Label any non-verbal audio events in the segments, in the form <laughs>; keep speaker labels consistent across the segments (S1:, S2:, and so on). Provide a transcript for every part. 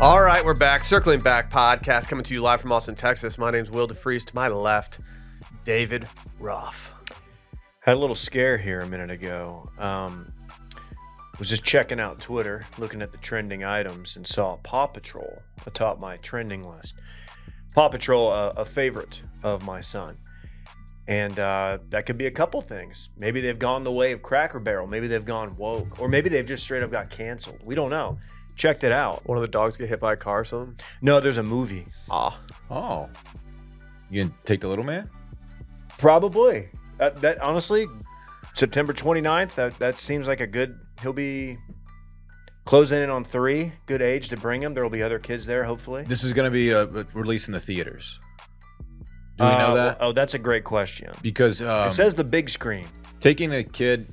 S1: All right, we're back. Circling Back podcast coming to you live from Austin, Texas. My name's Will DeFries. To my left, David Ruff.
S2: Had a little scare here a minute ago. Um, was just checking out Twitter, looking at the trending items, and saw Paw Patrol atop my trending list. Paw Patrol, uh, a favorite of my son. And uh, that could be a couple things. Maybe they've gone the way of Cracker Barrel. Maybe they've gone woke. Or maybe they've just straight up got canceled. We don't know. Checked it out.
S1: One of the dogs get hit by a car or something?
S2: No, there's a movie.
S1: Ah.
S3: Oh. You gonna take the little man?
S2: Probably. That, that honestly, September 29th, that, that seems like a good, he'll be closing in on three. Good age to bring him. There'll be other kids there, hopefully.
S3: This is gonna be uh, released in the theaters. Do we know
S2: Uh,
S3: that?
S2: Oh, that's a great question.
S3: Because um,
S2: it says the big screen.
S3: taking a kid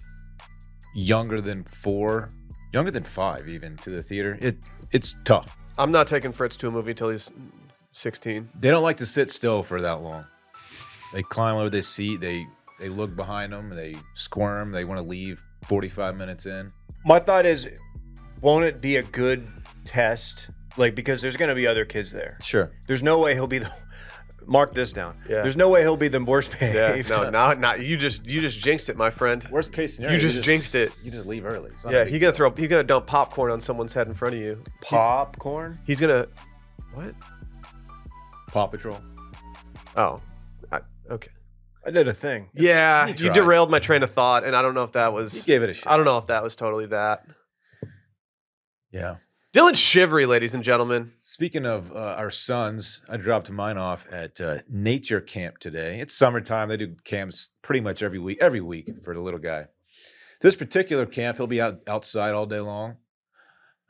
S3: younger than four, younger than five, even to the theater, it it's tough.
S1: I'm not taking Fritz to a movie until he's 16.
S3: They don't like to sit still for that long. They climb over this seat. They they look behind them. They squirm. They want to leave. Forty-five minutes in.
S2: My thought is, won't it be a good test? Like, because there's going to be other kids there.
S3: Sure.
S2: There's no way he'll be the. <laughs> Mark this down.
S1: Yeah.
S2: There's no way he'll be the worst
S1: Yeah,
S2: behaved.
S1: no, not not you just you just jinxed it, my friend.
S3: Worst case scenario,
S1: You just jinxed it.
S3: You just leave early. It's not a
S1: Yeah,
S3: big
S1: he gonna throw he gonna dump popcorn on someone's head in front of you.
S2: <laughs> Popcorn.
S1: He's gonna what?
S3: Paw Patrol.
S1: Oh, I, okay.
S2: I did a thing.
S1: Yeah,
S3: You
S1: you,
S3: tried.
S1: derailed my train of thought, and I don't know if that
S3: You
S1: was
S3: gave it a shot.
S1: I don't know if that was totally that.
S3: Yeah.
S1: Dylan Shivery, ladies and gentlemen.
S3: Speaking of uh, our sons, I dropped mine off at uh, nature camp today. It's summertime; they do camps pretty much every week. Every week for the little guy. This particular camp, he'll be out outside all day long.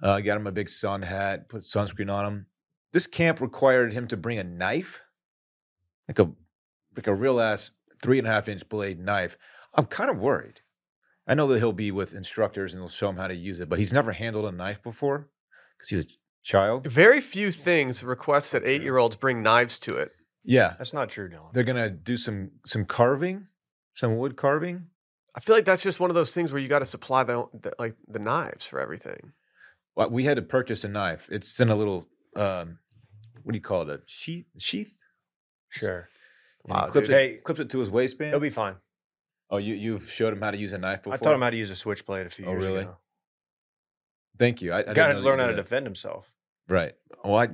S3: Uh, I got him a big sun hat, put sunscreen on him. This camp required him to bring a knife, like a like a real ass three and a half inch blade knife. I'm kind of worried. I know that he'll be with instructors and they'll show him how to use it, but he's never handled a knife before because he's a child.
S1: Very few things request that eight year olds bring knives to it.
S3: Yeah,
S2: That's not true, Dylan.
S3: they're gonna do some some carving, some wood carving.
S1: I feel like that's just one of those things where you got to supply the, the like the knives for everything.
S3: Well, we had to purchase a knife. It's in a little um, what do you call it? A sheath? Sheath?
S2: Sure.
S3: And he
S1: Wow,
S3: clips
S1: dude.
S3: it,
S2: Hey.
S3: clips it to his waistband.
S2: He'll be fine.
S3: oh, you you've showed him how to use a knife before.
S2: I taught him how to use a switchblade a few
S3: Oh,
S2: years
S3: really?
S2: ago.
S3: Thank you. I, I didn't
S2: Got
S3: know
S2: to
S3: that
S2: learn
S3: you
S2: how to
S3: did that.
S2: defend himself.
S3: Right. Well, I,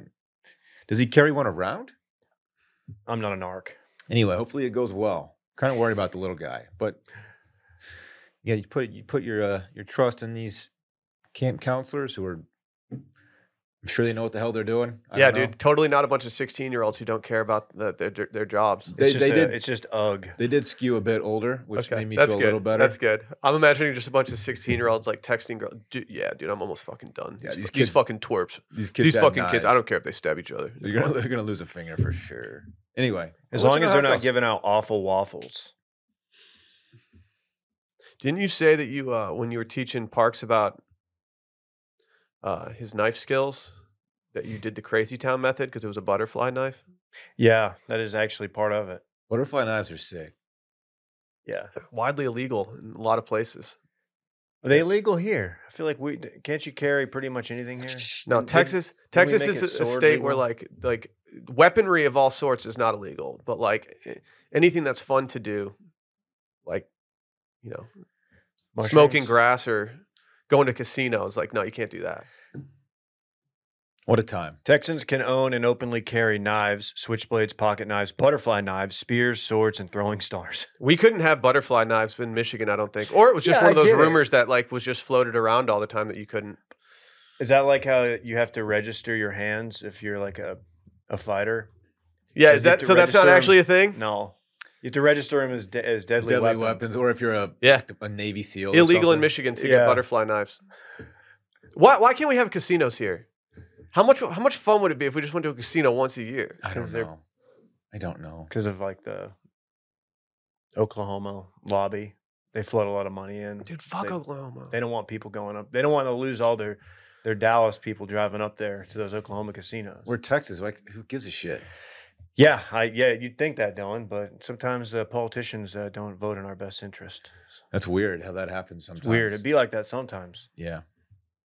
S3: does he carry one around?
S2: I'm not an arc.
S3: Anyway, hopefully it goes well. Kind of worried about the little guy, but yeah, you put you put your uh, your trust in these camp counselors who are. I'm sure they know what the hell they're doing. I
S1: yeah,
S3: don't know.
S1: dude, totally not a bunch of sixteen year olds who don't care about the, their their jobs.
S3: They-
S2: It's just
S3: they
S2: a-
S3: did-
S2: It's just ugh.
S3: They did skew a bit older, which made me
S1: that's
S3: feel
S1: good.
S3: a little better.
S1: That's good. I'm imagining just a bunch of 16 year olds like texting girls. Dude, yeah, dude, I'm almost fucking done.
S3: Yeah,
S1: these,
S3: these
S1: these,
S3: kids-
S1: fucking twerps.
S3: These kids,
S1: These
S3: had
S1: fucking kids. I
S3: knives.
S1: don't care if they stab each other. It's
S3: They're gonna,
S1: fine.
S3: they're gonna lose a finger for sure. Anyway,
S2: As
S3: we'll
S2: long
S3: let you know
S2: as
S3: how
S2: they're
S3: it
S2: not
S3: goes.
S2: giving out awful waffles.
S1: <laughs> Didn't you say that you uh, when you were teaching Parks about uh, his knife skills that you did the crazy town method because it was a butterfly knife?
S2: Yeah, that is actually part of it.
S3: butterfly knives are sick.
S2: Yeah.
S1: Widely illegal in a lot of places.
S2: Are they illegal here? I feel like we can't you carry pretty much anything here.
S1: No,
S2: Didn't they-
S1: Texas.
S2: didn't we
S1: Texas
S2: make
S1: is
S2: it
S1: a- a
S2: sword
S1: state where
S2: legal?
S1: like like weaponry of all sorts is not illegal, but like eh, anything that's fun to do, like you know, smoking
S2: mushrooms?
S1: grass or going to casinos, like no, you can't do that.
S3: What a time!
S2: Texans can own and openly carry knives, switchblades, pocket knives, butterfly knives, spears, swords, and throwing stars. <laughs>
S1: We couldn't have butterfly knives in Michigan, I don't think, or it was just
S2: Yeah,
S1: one of
S2: I
S1: those
S2: get it.
S1: rumors that like was just floated around all the time that you couldn't.
S2: Is that like how you have to register your hands if you're like a a fighter?
S1: Yeah,
S2: You
S1: is
S2: get
S1: that
S2: to
S1: so? That's not
S2: register 'em.
S1: actually a thing.
S2: No, you have to register them as de- as deadly,
S3: Deadly, weapons. or if you're a
S1: Yeah,
S3: a Navy SEAL, or
S1: illegal in
S3: something.
S1: Michigan to get
S2: Yeah.
S1: butterfly knives. Why why can't we have casinos here? How much how much fun would it be if we just went to a casino once a year? 'Cause
S3: I don't
S1: they're-
S3: know. I don't know.
S2: because of like the Oklahoma lobby. They flood a lot of money in.
S1: Dude, fuck
S2: They-
S1: Oklahoma.
S2: They don't want people going up. They don't want to lose all their their Dallas people driving up there to those Oklahoma casinos.
S3: We're Texas. Like, who gives a shit?
S2: yeah, I, yeah, you'd think that, Dylan, but sometimes uh, politicians uh, don't vote in our best interest.
S3: That's weird how that happens
S2: It's
S1: <laughs>
S3: sometimes.
S2: weird. It'd be like that sometimes.
S3: yeah.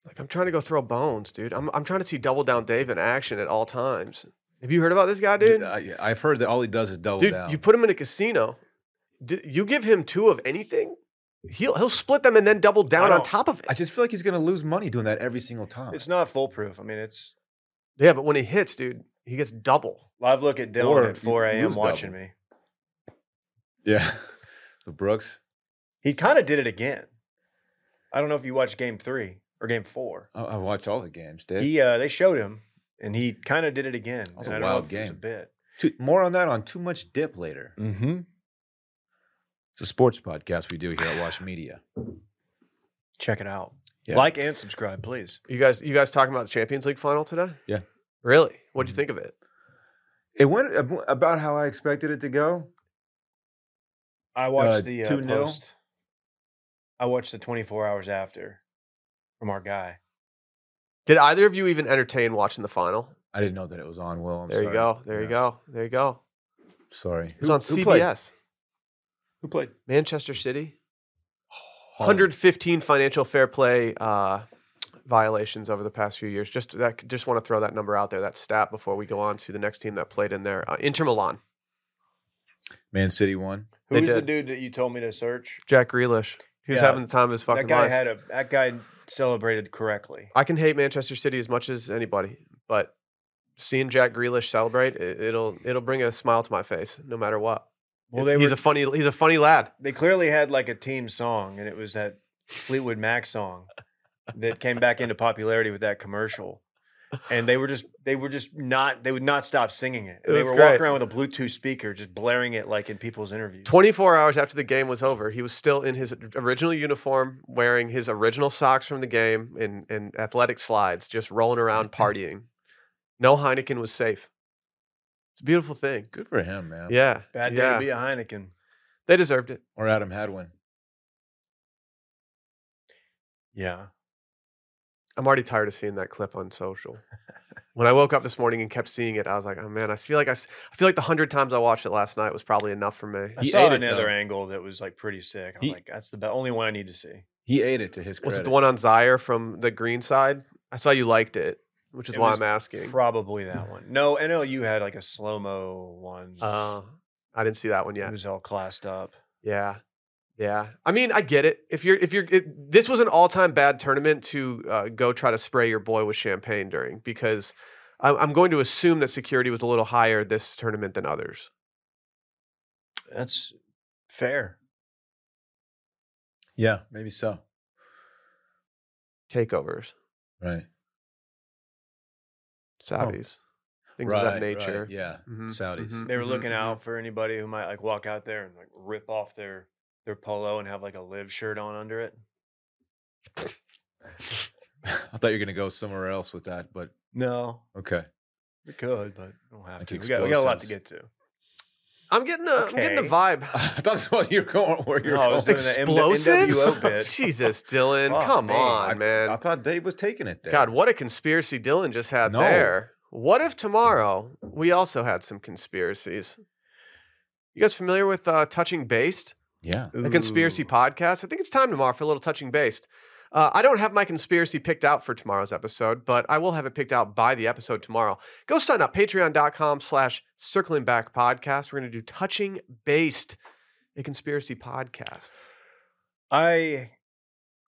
S1: Like I'm trying to go throw bones, dude. I'm I'm trying to see Double Down Dave in action at all times. Have you heard about this guy, dude?
S3: I, I've heard that all he does is double
S1: Dude,
S3: down.
S1: you put him in a casino. D- you give him two of anything, he'll he'll split them and then double down on
S2: don't-
S1: top of it.
S3: I just feel like he's going to lose money doing that every single time.
S2: It's not foolproof. I mean, it's.
S1: yeah, but when he hits, dude, he gets double.
S2: I've looked at Dylan
S3: Or
S2: at 4
S3: you
S2: a.m.
S3: lose
S2: watching
S3: double.
S2: me.
S3: <laughs> yeah, the Brooks.
S2: He kind of did it again. I don't know if you watched game three or game four.
S3: I, I watch all the games, dude.
S2: He uh, they showed him, and he kind of did it again.
S3: was
S2: and
S3: a
S2: I don't know
S3: wild
S2: if it was a
S3: game.
S2: bit.
S3: Too- more on that on too much dip later.
S2: Mm-hmm.
S3: It's a sports podcast we do here at Wash Media.
S2: Check it out.
S3: Yeah.
S2: Like and subscribe, please.
S1: You guys, you guys talking about the Champions League final today?
S3: Yeah.
S1: Really? What'd
S3: Mhm.
S1: you think of it?
S3: It went ab- about how I expected it to go.
S2: I watched
S3: Uh,
S2: the uh,
S3: 2-0?
S2: post. I watched the 24 hours after from our guy.
S1: Did either of you even entertain watching the final?
S3: I didn't know that it was on. Will, I'm
S1: there you
S3: sorry.
S1: go. There you
S3: Yeah,
S1: go. There you go.
S3: Sorry,
S1: It was on
S3: who played?
S1: CBS.
S3: Who played?
S1: Manchester City.
S3: Holland.
S1: 115 financial fair play uh, violations over the past few years. Just that, just want to throw that number out there, that stat, before we go on to the next team that played in there. Uh, Inter Milan,
S3: Man City won.
S2: Who
S1: They
S2: was the
S1: did.
S2: dude that you told me to search?
S1: Jack Grealish. He was
S2: Yeah.
S1: having the time of his fucking
S2: that guy
S1: life.
S2: had a that guy celebrated correctly.
S1: I can hate Manchester City as much as anybody, but seeing Jack Grealish celebrate, it, it'll it'll bring a smile to my face, no matter what.
S2: Well,
S1: It-
S2: they
S1: he's
S2: were,
S1: a funny he's a funny lad.
S2: they clearly had like a team song, and it was that Fleetwood Mac song that came back into popularity with that commercial. And they were just they were just not they would not stop singing it.
S1: It
S2: And they
S1: was
S2: were
S1: great.
S2: walking around with a Bluetooth speaker, just blaring it like in people's interviews.
S1: 24 hours after the game was over, he was still in his original uniform, wearing his original socks from the game and, and athletic slides, just rolling around partying. No Heineken was safe. It's a beautiful thing.
S3: Good for him, man.
S1: Yeah.
S2: Bad day
S1: yeah.
S2: to be a Heineken.
S1: They deserved it.
S3: Or Adam Hadwin.
S2: Yeah.
S1: I'm already tired of seeing that clip on social. When I woke up this morning and kept seeing it, I was like, "Oh man, I feel like I, s- I feel like the hundred times I watched it last night was probably enough for me."
S2: I
S3: He
S2: saw
S3: ate it,
S2: another
S3: though.
S2: angle that was like pretty sick. I'm
S3: He-
S2: like, that's the be- only one I need to see.
S3: He ate it to his credit.
S1: Was it the one on Zaire from the green side? I saw you liked it, which is
S2: It
S1: why
S2: was
S1: I'm asking.
S2: Probably that one. No, NLU had like a slow mo one.
S1: uh, I didn't see that one
S2: It
S1: yet.
S2: was all classed up.
S1: Yeah. Yeah. I mean, I get it. If you're, if you're, it, this was an all time bad tournament to uh, go try to spray your boy with champagne during because I, I'm going to assume that security was a little higher this tournament than others.
S2: That's fair.
S3: Yeah, maybe so.
S1: Takeovers,
S3: Right.
S1: Saudis, things of that
S3: Oh. Right, right,
S1: nature.
S3: Yeah. <laughs>
S1: Mhm,
S3: Saudis.
S1: mhm,
S2: They were
S1: mhm,
S2: looking
S1: mhm.
S2: out for anybody who might like walk out there and like rip off their their polo and have like a live shirt on under it.
S3: I thought you were going to go somewhere else with that, but
S2: No,
S3: okay. <laughs>
S2: we could, but we don't have
S3: Like
S2: to. We got, we got a lot to get
S3: explosives.
S2: to.
S1: I'm getting the, I'm getting
S2: Okay.
S1: the vibe.
S3: I thought that's what you were going. Where you were
S2: No, I was
S3: going.
S2: <laughs> doing the M- the NWO bit.
S1: Explosives? <laughs> Jesus, Dylan,
S2: Fuck
S1: come
S2: me.
S1: on,
S3: I-
S1: man.
S3: I thought Dave was taking it there.
S1: God, what a conspiracy Dylan just had
S3: No.
S1: there. What if tomorrow we also had some conspiracies? You guys familiar with uh, Touching Based,
S3: Yeah.
S1: a conspiracy
S2: Ooh.
S1: podcast? I think it's time tomorrow for a little Touching Based. Uh, I don't have my conspiracy picked out for tomorrow's episode, but I will have it picked out by the episode tomorrow. Go sign up, patreon.com slash circling back podcast. We're going to do Touching Based, a conspiracy podcast.
S2: I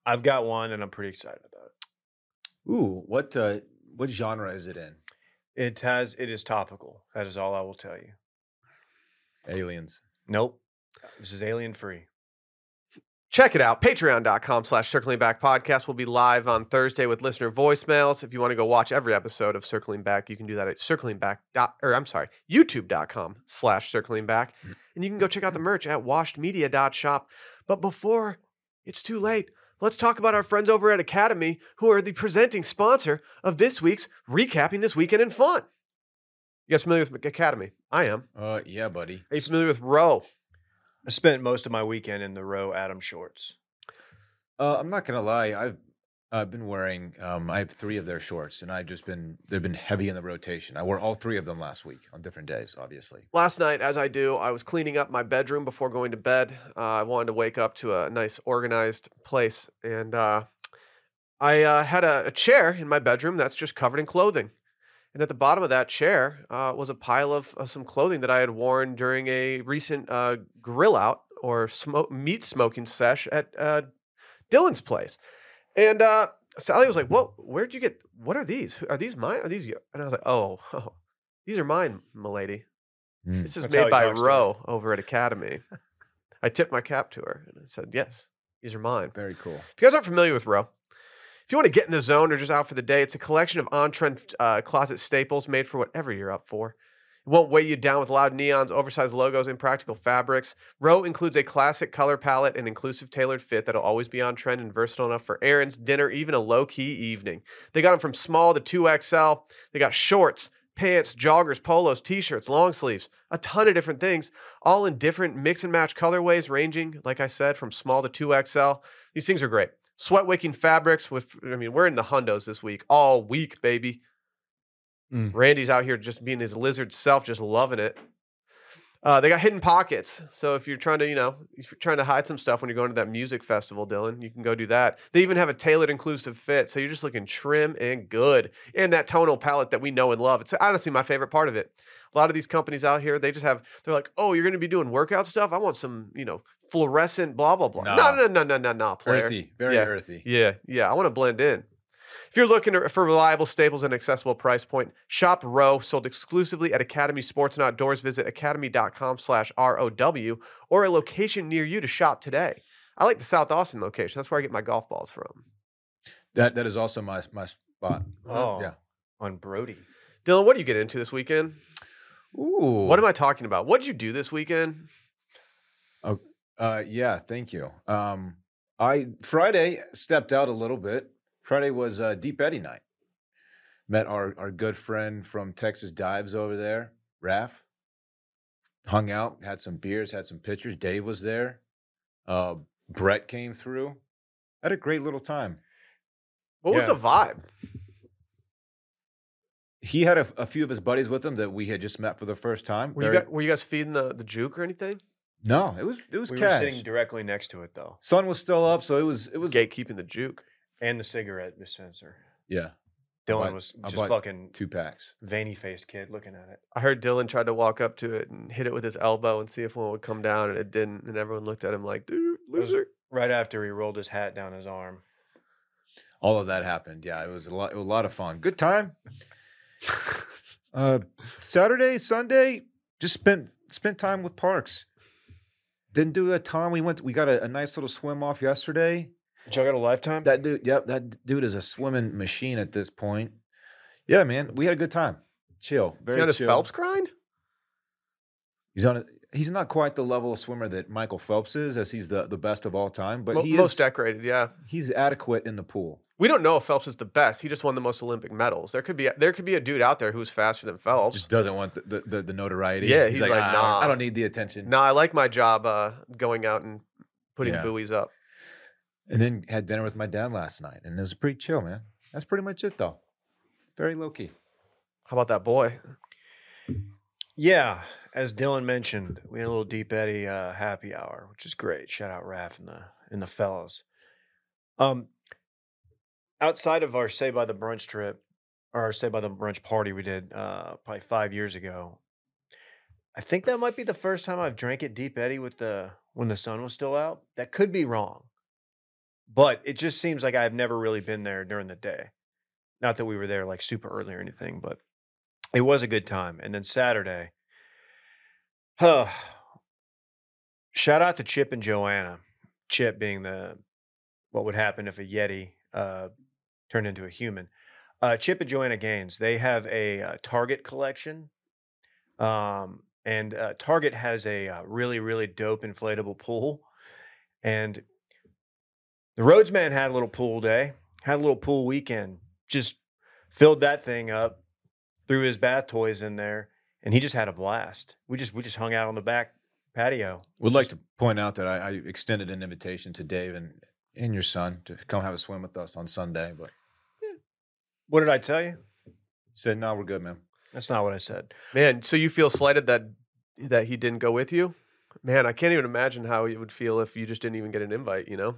S2: I've got one and I'm pretty excited about it.
S3: Ooh, what uh, what genre is it in?
S2: It has it is topical. That is all I will tell you.
S3: Aliens.
S2: Nope. This is alien free.
S1: Check it out. Patreon.com slash Circling Back Podcast. We'll be live on Thursday with listener voicemails. If you want to go watch every episode of Circling Back, you can do that at circling back dot, or I'm sorry, youtube.com slash circling back. And you can go check out the merch at washedmedia.shop. But before it's too late, let's talk about our friends over at Academy, who are the presenting sponsor of this week's Recapping This Weekend in Fun. You guys familiar with Academy? I am.
S3: Uh, yeah, buddy.
S1: Are you familiar with Row?
S2: I spent most of my weekend in the row Adam Shorts.
S3: Uh, I'm not gonna lie. I've I've been wearing. Um, I have three of their shorts, and I've just been they've been heavy in the rotation. I wore all three of them last week on different days, obviously.
S1: last night, as I do, I was cleaning up my bedroom before going to bed. Uh, I wanted to wake up to a nice, organized place, and uh, I uh, had a, a chair in my bedroom that's just covered in clothing. And at the bottom of that chair uh, was a pile of, of some clothing that I had worn during a recent uh, grill out or smoke, meat smoking sesh at uh, Dylan's place. And uh, Sally was like, "What? Where'd you get? What are these? Who- Are these mine? Are these?" yo-" And I was like, "Oh, <laughs> oh these are mine, milady.
S3: Mm.
S1: This is
S2: That's how
S1: made
S2: he
S1: by
S2: talks to her.
S1: Roe over at Academy." I tipped my cap to her and I said, "Yes, these are mine."
S3: Very cool.
S1: If you guys aren't familiar with Row, if you want to get in the zone or just out for the day, it's a collection of on-trend uh, closet staples made for whatever you're up for. It won't weigh you down with loud neons, oversized logos, and practical fabrics. Row includes a classic color palette and inclusive tailored fit that'll always be on trend and versatile enough for errands, dinner, even a low-key evening. They got them from small to 2XL. They got shorts, pants, joggers, polos, t-shirts, long sleeves, a ton of different things, all in different mix and match colorways ranging, like I said, from small to 2XL. These things are great. Sweat wicking fabrics with I mean, we're in the hundos this week, all week, baby.
S2: Mm.
S1: Randy's out here just being his lizard self, just loving it. Uh, they got hidden pockets. So if you're trying to, you know, if you're trying to hide some stuff when you're going to that music festival, Dylan, you can go do that. They even have a tailored inclusive fit. So you're just looking trim and good. And that tonal palette that we know and love. It's honestly my favorite part of it. A lot of these companies out here, they just have, they're like, oh, you're going to be doing workout stuff? I want some, you know, fluorescent blah, blah, blah. No,
S3: Nah.
S1: no, no, no, no, no, player.
S3: Earthy, very
S1: Yeah.
S3: earthy.
S1: Yeah, yeah. I want to blend in. If you're looking to- for reliable staples and accessible price point, shop Row, sold exclusively at Academy Sports and Outdoors. Visit academy.com slash R-O-W or a location near you to shop today. I like the South Austin location. That's where I get my golf balls from.
S3: That that is also my my spot.
S2: Oh,
S3: Yeah.
S2: on Brody.
S1: Dylan, what do you get into this weekend?
S3: Ooh.
S1: What am I talking about? What did you do this weekend?
S3: Uh, yeah, thank you. Um, I Friday stepped out a little bit. Friday was uh, Deep Eddy night. Met our our good friend from Texas Dives over there, Raph. Hung out, had some beers, had some pictures. Dave was there. Uh, Brett came through. Had a great little time.
S1: What was
S2: Yeah.
S1: the vibe?
S3: He had a, a few of his buddies with him that we had just met for the first time.
S1: Were you,
S3: Very-
S1: guys, were you guys feeding the, the juke or anything?
S3: no, it was it was
S2: We were
S3: cash.
S2: sitting directly next to it though,
S3: Sun was still up, so it was it was
S1: Gatekeeping the juke.
S2: and the cigarette dispenser.
S3: yeah
S2: Dylan
S3: bought-
S2: was
S3: I
S2: just
S3: bought
S2: fucking
S3: two packs.
S2: veiny faced kid looking at it.
S1: I heard Dylan tried to walk up to it and hit it with his elbow and see if one would come down, and it didn't. And everyone looked at him like, "Dude,
S2: was-
S1: loser."
S2: Right after he rolled his hat down his arm.
S3: all of that happened. Yeah, it was a lot, a lot of fun.
S1: <laughs>
S3: Good time. uh, Saturday, Sunday, just spent spent time with parks. Didn't do a ton. We went. We got a, a nice little swim off yesterday.
S2: Did y'all get a lifetime?
S3: That dude. Yep, that dude is a swimming machine at this point. Yeah, man, we had a good time. Chill.
S1: Is
S3: Very
S1: he on his
S3: chill.
S1: Phelps grind?
S3: He's on. A, he's not quite the level of swimmer that Michael Phelps is, as he's the the best of all time. But
S1: Mo-
S3: he
S1: most
S3: is.
S1: decorated, yeah.
S3: he's adequate in the pool.
S1: We don't know if Phelps is the best. He just won the most Olympic medals. There could be there could be a dude out there who's faster than Phelps.
S3: Just doesn't want the the, the, the notoriety.
S1: Yeah, he's like,
S3: "Ah, I don't-
S1: nah."
S3: I don't need the attention.
S1: no, I like my job uh, going out and putting
S3: Yeah.
S1: buoys up.
S3: And then had dinner with my dad last night, and it was pretty chill, man. That's pretty much it, though. Very low key.
S1: How about that boy?
S2: yeah. As Dylan mentioned, we had a little Deep Eddy uh, happy hour, which is great. Shout out Raph and the and the fellas. Um, outside of our say by the brunch trip, or our say by the brunch party we did uh, probably five years ago, I think that might be the first time I've drank at Deep Eddy with the when the sun was still out. That could be wrong, but it just seems like I've never really been there during the day. Not that we were there like super early or anything, but it was a good time. And then Saturday, huh, shout out to Chip and Joanna. Chip being the what would happen if a Yeti uh, turned into a human. Uh, Chip and Joanna Gaines, they have a uh, Target collection. Um, and uh, Target has a uh, really, really dope inflatable pool. And the Roadsman had a little pool day, had a little pool weekend, just filled that thing up, threw his bath toys in there, and he just had a blast. We just we just hung out on the back patio.
S3: Would like to point out that I, I extended an invitation to Dave and, and your son to come have a swim with us on Sunday, but
S2: What did I tell you?
S3: he said, no, we're good, man.
S2: That's not what I said.
S1: Man, so you feel slighted that that he didn't go with you? Man, I can't even imagine how it would feel if you just didn't even get an invite. You know.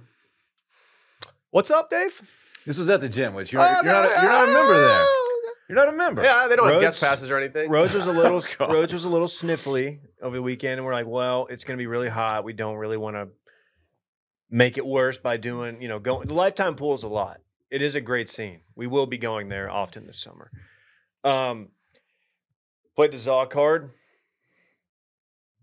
S1: What's up, Dave?
S3: This was at the gym, which you're, you're not. You're not a member there. You're not a member.
S1: Oh, Yeah, they don't have
S2: Rhodes-
S1: guest passes or anything. <laughs>
S2: Rhodes was a little
S3: God.
S2: Rhodes was a little sniffly over the weekend, and we're like, well, it's going to be really hot. We don't really want to make it worse by doing, you know, going. The lifetime pool is a lot. It is a great scene. We will be going there often this summer. Um, played the Zaw card.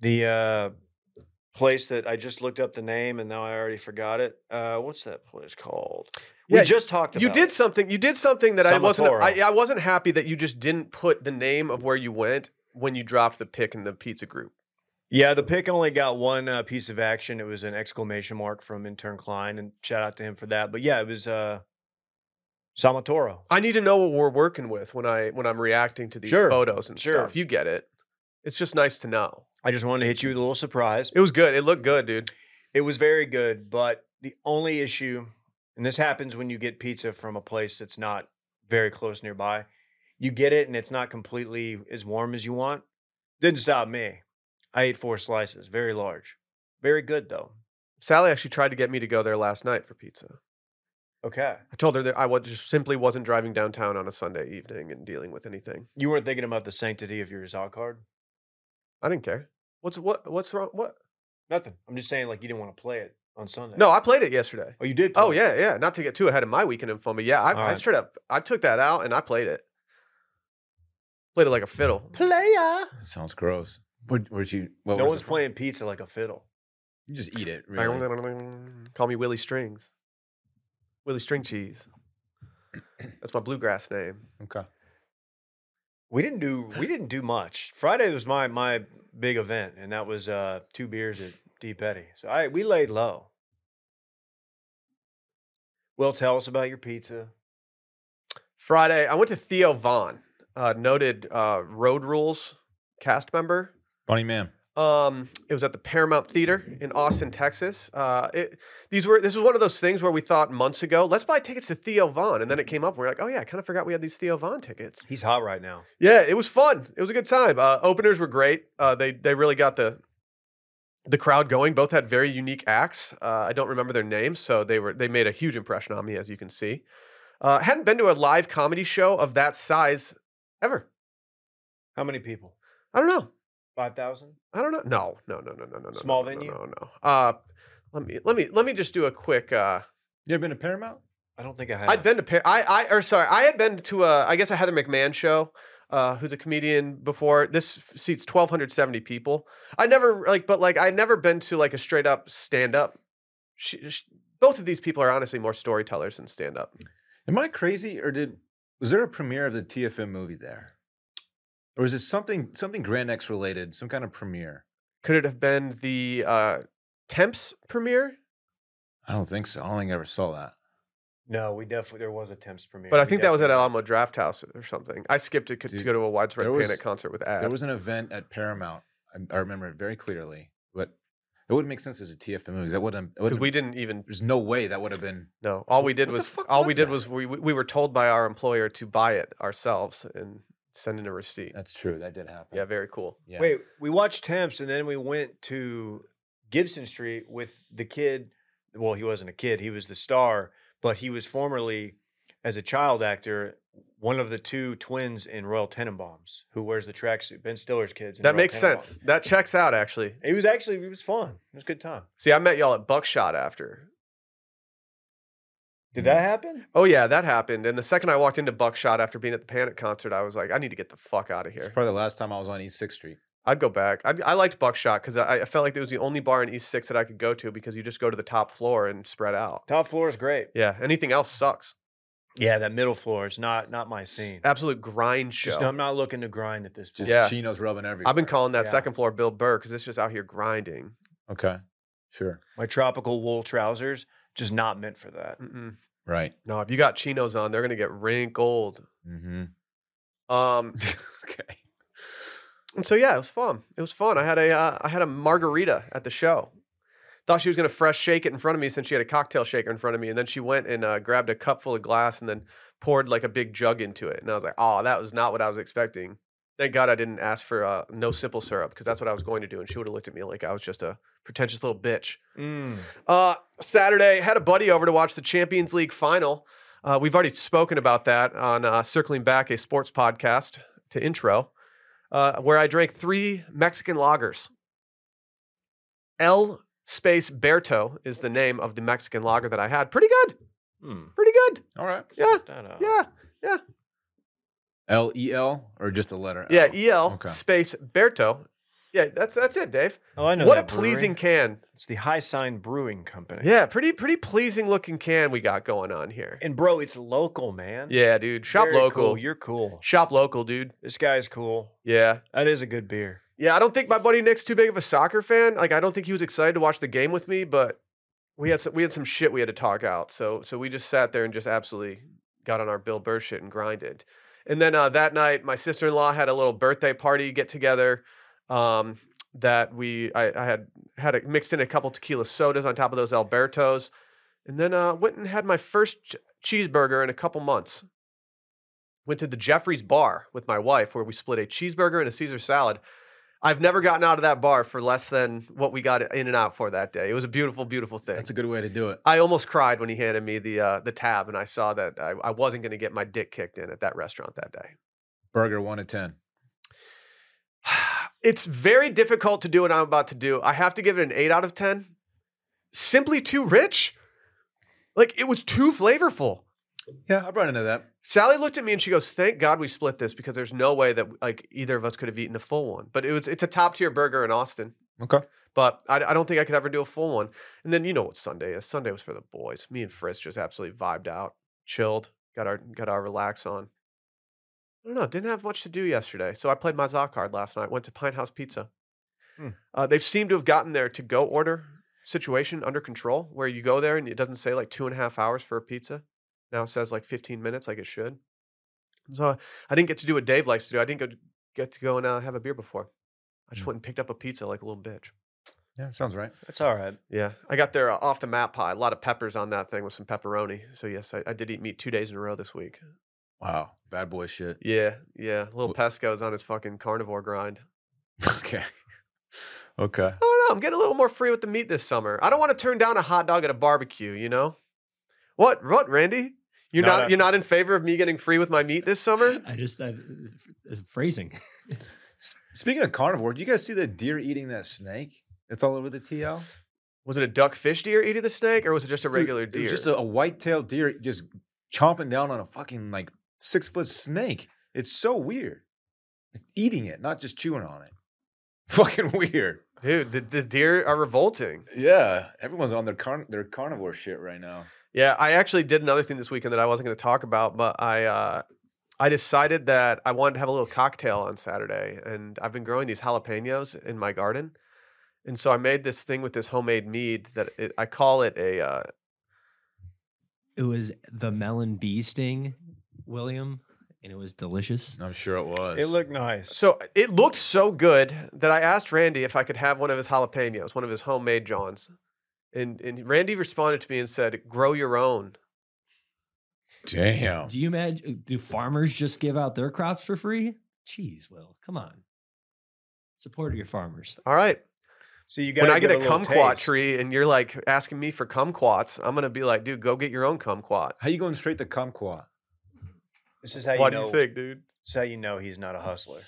S2: The uh, place that I just looked up the name and now I already forgot it. Uh, what's that place called?
S1: Yeah,
S2: we just talked about.
S1: You did
S2: it.
S1: something. You did something that I wasn't.
S2: Samotoro.
S1: I, I wasn't happy that you just didn't put the name of where you went when you dropped the pick in the pizza group.
S2: Yeah, the pick only got one uh, piece of action. It was an exclamation mark from intern Klein, and shout out to him for that. But yeah, it was uh, Samotoro.
S1: I need to know what we're working with when I when I'm reacting to these
S2: Sure,
S1: photos and
S2: sure.
S1: stuff. You get it. It's just nice to know.
S2: I just wanted to hit you with a little surprise.
S1: It was good. It looked good, dude.
S2: It was very good, but the only issue, and this happens when you get pizza from a place that's not very close nearby, you get it and it's not completely as warm as you want. Didn't stop me. I ate four slices, very large, very good though.
S1: Sally actually tried to get me to go there last night for pizza.
S2: Okay,
S1: I told her that I was just simply wasn't driving downtown on a Sunday evening and dealing with anything.
S2: you weren't thinking about the sanctity of your Zod card.
S1: I didn't care. What's what? What's wrong? What?
S2: Nothing. I'm just saying, like you didn't want to play it on Sunday.
S1: No, I played it yesterday.
S2: Oh, you did. Play
S1: Oh
S2: it.
S1: yeah, yeah. Not to get too ahead of my weekend info, but yeah, I,
S2: All
S1: I
S2: right.
S1: straight up I took that out and I played it. Played it like a fiddle.
S2: <laughs> Playa.
S3: That sounds gross. Where, where'd you? What
S2: No
S3: was
S2: one's
S3: it?
S2: playing pizza like a fiddle.
S3: You just eat it. Really.
S1: Call me Willie Strings. Willie String Cheese. That's my bluegrass name.
S3: Okay.
S2: We didn't do. We didn't do much. Friday was my my big event, and that was uh two beers at D Petty. So I we laid low. Well, tell us about your pizza.
S1: Friday, I went to Theo Vaughn, uh, noted uh, Road Rules cast member.
S3: Funny man.
S1: Um, it was at the Paramount Theater in Austin, Texas. Uh, it, these were this was one of those things where we thought months ago, let's buy tickets to Theo Vaughn, and then it came up. We're like, oh yeah, I kind of forgot we had these Theo Vaughn tickets.
S2: He's hot right now.
S1: Yeah, it was fun. It was a good time. Uh, openers were great. Uh, they they really got the the crowd going. Both had very unique acts. Uh, I don't remember their names, so they were they made a huge impression on me, as you can see. Uh, hadn't been to a live comedy show of that size ever.
S2: How many people?
S1: I don't know.
S2: Five thousand.
S1: I don't know. No, no, no, no, no, no. no,
S2: Small
S1: no, no,
S2: venue?
S1: No, no. Uh, let me let me let me just do a quick. Uh,
S3: You ever been to Paramount?
S2: I don't think I have.
S1: I'd been to Par- I I or sorry, I had been to a I guess a Heather McMahon show. Uh, who's a comedian before this f- seats 1270 people i never like but like i never been to like a straight up stand up she, sh both of these people are honestly more storytellers than stand up
S3: Am I crazy, or did was there a premiere of the TFM movie there, or is it something something Grand X related, some kind of premiere?
S1: could it have been the uh temps premiere
S3: I don't think so. I don't think I ever saw that.
S2: No, we definitely there was a temps premiere,
S1: but i
S2: We
S1: think that was at
S2: definitely-
S1: alamo draft house or something i skipped it c- to
S3: Dude,
S1: go to a widespread
S3: there was-
S1: panic concert with ad
S3: There was an event at Paramount. I, I remember it very clearly, but it wouldn't make sense as a TFM movie. 'cause That wouldn't.
S1: because
S3: Because
S1: we didn't even
S3: there's no way that would have been.
S1: No, all we did
S3: What the
S1: was
S3: fuck
S1: all we
S3: was
S1: did
S3: that?
S1: was we we we were told by our employer to buy it ourselves and send in a receipt.
S3: That's true. That did happen.
S1: Yeah, very cool.
S3: Yeah.
S2: Wait, we watched Temps and then we went to Gibson Street with the kid. Well, he wasn't a kid, he was the star, but he was formerly, as a child actor, one of the two twins in Royal Tenenbaums who wears the tracksuit. Ben Stiller's kids. in
S1: That
S2: Royal
S1: makes
S2: Tenenbaums.
S1: sense. That checks out actually.
S2: It was actually, it was fun. It was a good time.
S1: See, I met y'all at Buckshot after.
S2: Did that happen?
S1: Oh yeah, that happened. And the second I walked into Buckshot after being at the Panic concert, I was like, I need to get the fuck out of
S3: It's
S1: here.
S3: probably the last time I was on East Sixth Street.
S1: I'd go back. I, I liked Buckshot because I, I felt like it was the only bar in East Six that I could go to because you just go to the top floor and spread out.
S2: Top floor is great.
S1: Yeah, anything else sucks.
S2: Yeah, that middle floor is not not my scene.
S1: Absolute grind show.
S2: Just I'm not looking to grind at this point.
S3: Just
S1: Yeah.
S3: chinos rubbing everywhere.
S1: I've been calling that
S2: Yeah.
S1: second floor Bill Burr because it's just out here grinding.
S3: Okay. Sure.
S2: My tropical wool trousers just not meant for that.
S1: Mm-mm.
S3: Right.
S1: No, if you got chinos on, they're gonna get wrinkled.
S3: Mm-hmm. <laughs>
S1: Um,
S3: okay.
S1: and so yeah, it was fun. It was fun. I had a uh, I had a margarita at the show. Thought she was gonna fresh shake it in front of me since she had a cocktail shaker in front of me, and then she went and uh, grabbed a cup full of glass and then poured like a big jug into it. And I was like, oh, that was not what I was expecting. Thank God I didn't ask for uh, no simple syrup because that's what I was going to do, and she would have looked at me like I was just a pretentious little bitch.
S2: Mm.
S1: Uh, Saturday, had a buddy over to watch the Champions League final. Uh, we've already spoken about that on uh, Circling Back, a sports podcast to intro, uh, where I drank three Mexican lagers. El Space Berto is the name of the Mexican lager that I had. Pretty good.
S2: Hmm.
S1: Pretty good.
S3: All right.
S1: Yeah.
S2: check that out.
S1: Yeah.
S3: L E L or just a letter?
S2: Oh,
S1: Yeah. E
S3: L?
S1: EL
S3: okay.
S1: Space Berto. Yeah, that's that's it, Dave.
S2: Oh, I know.
S1: What a
S2: that brewery.
S1: pleasing can.
S2: It's the High Sign Brewing Company.
S1: Yeah, pretty pretty pleasing looking can we got going on here.
S2: And bro, it's local, man.
S1: Yeah, dude. Shop
S2: Very
S1: local.
S2: cool. You're cool.
S1: Shop local, dude.
S2: This guy's cool.
S1: Yeah.
S2: That is a good beer.
S1: Yeah, I don't think my buddy Nick's too big of a soccer fan. Like, I don't think he was excited to watch the game with me, but we had some we had some shit we had to talk out. So so we just sat there and just absolutely got on our Bill Burr shit and grinded. And then uh, that night, my sister in law had a little birthday party get together. Um, that we I, I had had a, mixed in a couple tequila sodas on top of those Albertos, and then uh, went and had my first ch- cheeseburger in a couple months. Went to the Jeffrey's Bar with my wife, where we split a cheeseburger and a Caesar salad. I've never gotten out of that bar for less than what we got in and out for that day. It was a beautiful, beautiful thing.
S3: That's a good way to do it.
S1: I almost cried when he handed me the uh, the tab, and I saw that I, I wasn't going to get my dick kicked in at that restaurant that day. <sighs>
S3: Burger one to ten.
S1: It's very difficult to do what I'm about to do. I have to give it an eight out of ten. Simply too rich. Like it was too flavorful.
S3: Yeah, I've run into that.
S1: Sally looked at me and she goes, "Thank God we split this because there's no way that like either of us could have eaten a full one." But it was it's a top tier burger in Austin.
S3: Okay.
S1: But I, I don't think I could ever do a full one. And then you know what Sunday is. Sunday was for the boys. Me and Fritz just absolutely vibed out, chilled, got our got our relax on. I don't know. Didn't have much to do yesterday, so I played my Zocard last night. Went to Pine House Pizza.
S2: Hmm.
S1: Uh, they seem to have gotten their to go order situation under control, where you go there and it doesn't say like two and a half hours for a pizza. Now it says like fifteen minutes, like it should. So I didn't get to do what Dave likes to do. I didn't go, get to go and uh, have a beer before. I just
S3: Hmm.
S1: went and picked up a pizza like a little bitch.
S3: Yeah, sounds right.
S2: That's all right.
S1: Yeah, I got their uh, off the map pie. A lot of peppers on that thing with some pepperoni. So yes, I, I did eat meat two days in a row this week.
S3: Wow, bad boy shit.
S1: Yeah, yeah. Little
S3: Wh-
S1: Pesco's on his fucking carnivore grind.
S3: <laughs> okay. Okay.
S1: I don't know. I'm getting a little more free with the meat this summer. I don't want to turn down a hot dog at a barbecue. You know, what? What, Randy? You're
S2: Not
S1: not
S2: a-
S1: you're not in favor of me getting free with my meat this summer?
S4: I just I, it's phrasing.
S3: S- Speaking of carnivore, do you guys see that deer eating that snake? It's all over the TL.
S1: Was it a duck fish deer eating the snake, or was it just a
S3: Dude,
S1: regular
S3: It
S1: deer?
S3: was just a, a white-tailed deer just chomping down on a fucking like six-foot snake. It's so weird. Like, eating it, not just chewing on it. <laughs> Fucking weird.
S1: Dude, the, the deer are revolting.
S3: Yeah, everyone's on their carn- their carnivore shit right now.
S1: Yeah, I actually did another thing this weekend that I wasn't going to talk about, but I uh, I decided that I wanted to have a little cocktail on Saturday, and I've been growing these jalapenos in my garden, and so I made this thing with this homemade mead that it, I call it a uh,
S4: It was the melon bee sting, William, and it was delicious.
S3: I'm sure it was.
S2: It looked nice.
S1: So it looked so good that I asked Randy if I could have one of his jalapenos, one of his homemade Johns. And and Randy responded to me and said, "Grow your own."
S3: damn.
S1: Oh.
S4: Do you imagine? Do farmers just give out their crops for free? Jeez, Will, come on. Support your farmers.
S1: All right.
S2: So you got
S1: When I get a
S2: little
S1: kumquat
S2: taste.
S1: tree and you're like asking me for kumquats, I'm gonna be like, "Dude, go get your own kumquat."
S3: How you going straight to <laughs> kumquat?
S2: This is how
S1: Why
S2: you
S1: do
S2: know.
S1: you think, dude?
S2: This is how you know he's not a hustler.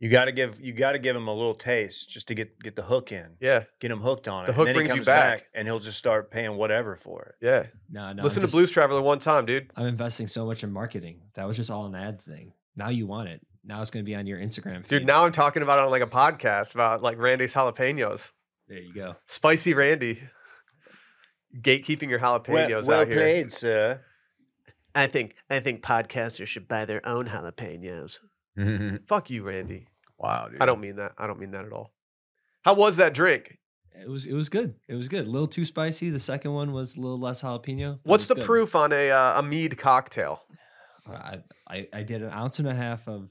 S2: You got to give you got to give him a little taste just to get get the hook in,
S1: Yeah,
S2: get him hooked on it.
S1: The
S2: and
S1: hook
S2: then
S1: brings
S2: he
S1: you
S2: comes
S1: back.
S2: and he'll just start paying whatever for
S1: yeah.
S4: No, no. I'm
S1: Listen
S4: just-
S1: to Blues Traveler one time, dude.
S4: I'm investing so much in marketing. That was just all an ads thing. Now you want it. Now it's going to be on your Instagram feed.
S1: Dude, now I'm talking about it on like a podcast about like Randy's jalapenos,
S4: there you go.
S1: spicy Randy, gatekeeping your
S2: it. Well,
S1: jalapenos
S2: well
S1: out here.
S2: played, sir.
S1: I think I think podcasters should buy their own jalapenos. Fuck you, Randy.
S3: wow, dude.
S1: I don't mean that. I don't mean that at all. How was that drink?
S4: It was it was good. It was good. A little too spicy. The second one was a little less jalapeno. but it
S1: What's
S4: was
S1: the
S4: good.
S1: proof on a uh, a mead cocktail?
S4: Uh, I, I I did an ounce and a half of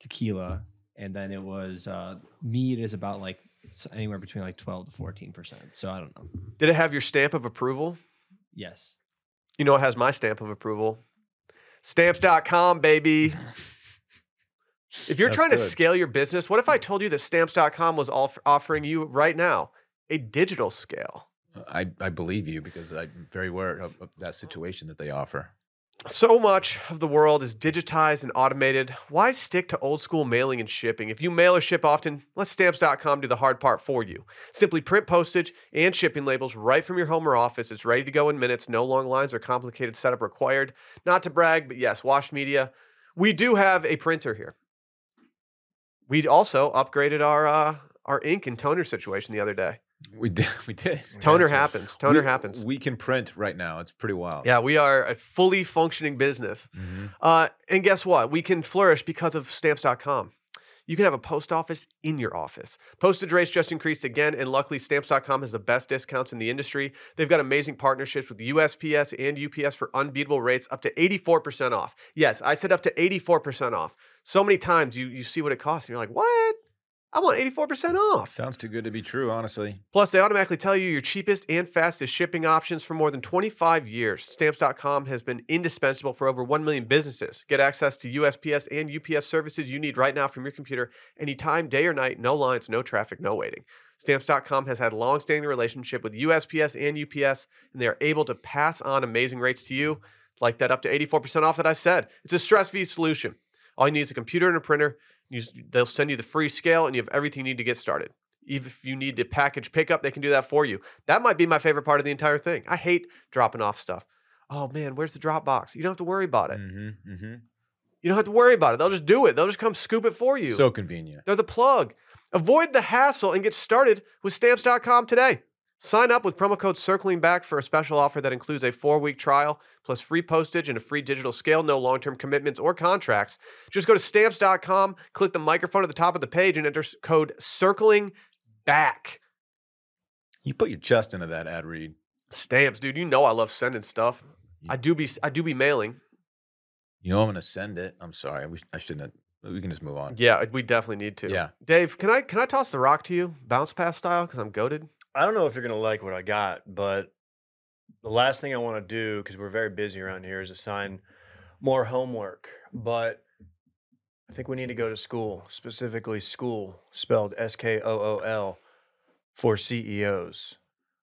S4: tequila, and then it was uh, mead is about like s- anywhere between like twelve to fourteen percent. So I don't know.
S1: Did it have your stamp of approval?
S4: Yes,
S1: You know, it has my stamp of approval. Stamps.com, baby. If you're
S3: <laughs> That's
S1: trying to
S3: good. Hmm.
S1: scale your business, what if I told you that stamps.com was off- offering you right now a digital scale?
S3: I, I believe you because I'm very aware of, of that situation that they offer.
S1: So much of the world is digitized and automated. Why stick to old school mailing and shipping? If you mail or ship often, let stamps.com do the hard part for you. Simply print postage and shipping labels right from your home or office. It's ready to go in minutes, no long lines or complicated setup required. Not to brag, but yes, Wash Media, we do have a printer here. We also upgraded our uh, our ink and toner situation the other day.
S3: We did. <laughs> We did.
S1: Toner
S2: That's a-
S1: happens. Toner
S3: We-
S1: happens.
S3: We can print right now. It's pretty wild.
S1: yeah, we are a fully functioning business.
S2: Mm-hmm.
S3: Mhm.
S1: Uh, and guess what? We can flourish because of stamps.com. You can have a post office in your office. Postage rates just increased again, and luckily, stamps.com has the best discounts in the industry. They've got amazing partnerships with USPS and UPS for unbeatable rates up to 84% off. Yes, I said up to 84% off. So many times you, you see what it costs, and you're like, what? I want 84% off.
S3: Sounds too good to be true, honestly.
S1: Plus, they automatically tell you your cheapest and fastest shipping options for more than 25 years. Stamps.com has been indispensable for over 1 million businesses. Get access to USPS and UPS services you need right now from your computer, anytime, day or night, no lines, no traffic, no waiting. Stamps.com has had a long-standing relationship with USPS and UPS, and they are able to pass on amazing rates to you, like that up to 84% off that I said. It's a stress-free solution. All you need is a computer and a printer. You, s- they'll send you the free scale, and you have everything you need to get started. Even if you need to package pickup, they can do that for you. That might be my favorite part of the entire thing. I hate dropping off stuff. Oh man, where's the drop box? You don't have to worry about it.
S3: hmm hmm
S1: You don't have to worry about it. They'll just do it. They'll just come scoop it for you.
S3: So convenient.
S1: They're the plug. Avoid the hassle and get started with stamps.com today. Sign up with promo code circling back for a special offer that includes a four week trial plus free postage and a free digital scale, no long term commitments or contracts. Just go to stamps.com, click the microphone at the top of the page, and enter s- code circling back.
S3: You put your chest into that ad read.
S1: Stamps, dude. You know I love sending stuff. I do be I do be mailing.
S3: You know I'm going to send it. I'm sorry. We, I shouldn't. have- We can just move on.
S1: Yeah, we definitely need to.
S3: Yeah. <laughs>
S1: Dave, can I can I toss the rock to you, bounce pass style? Because I'm goaded.
S2: I don't know if you're going to like what I got, but the last thing I want to do, because we're very busy around here, is assign more homework. But I think we need to go to school, specifically school, spelled S K O O L, for CEOs.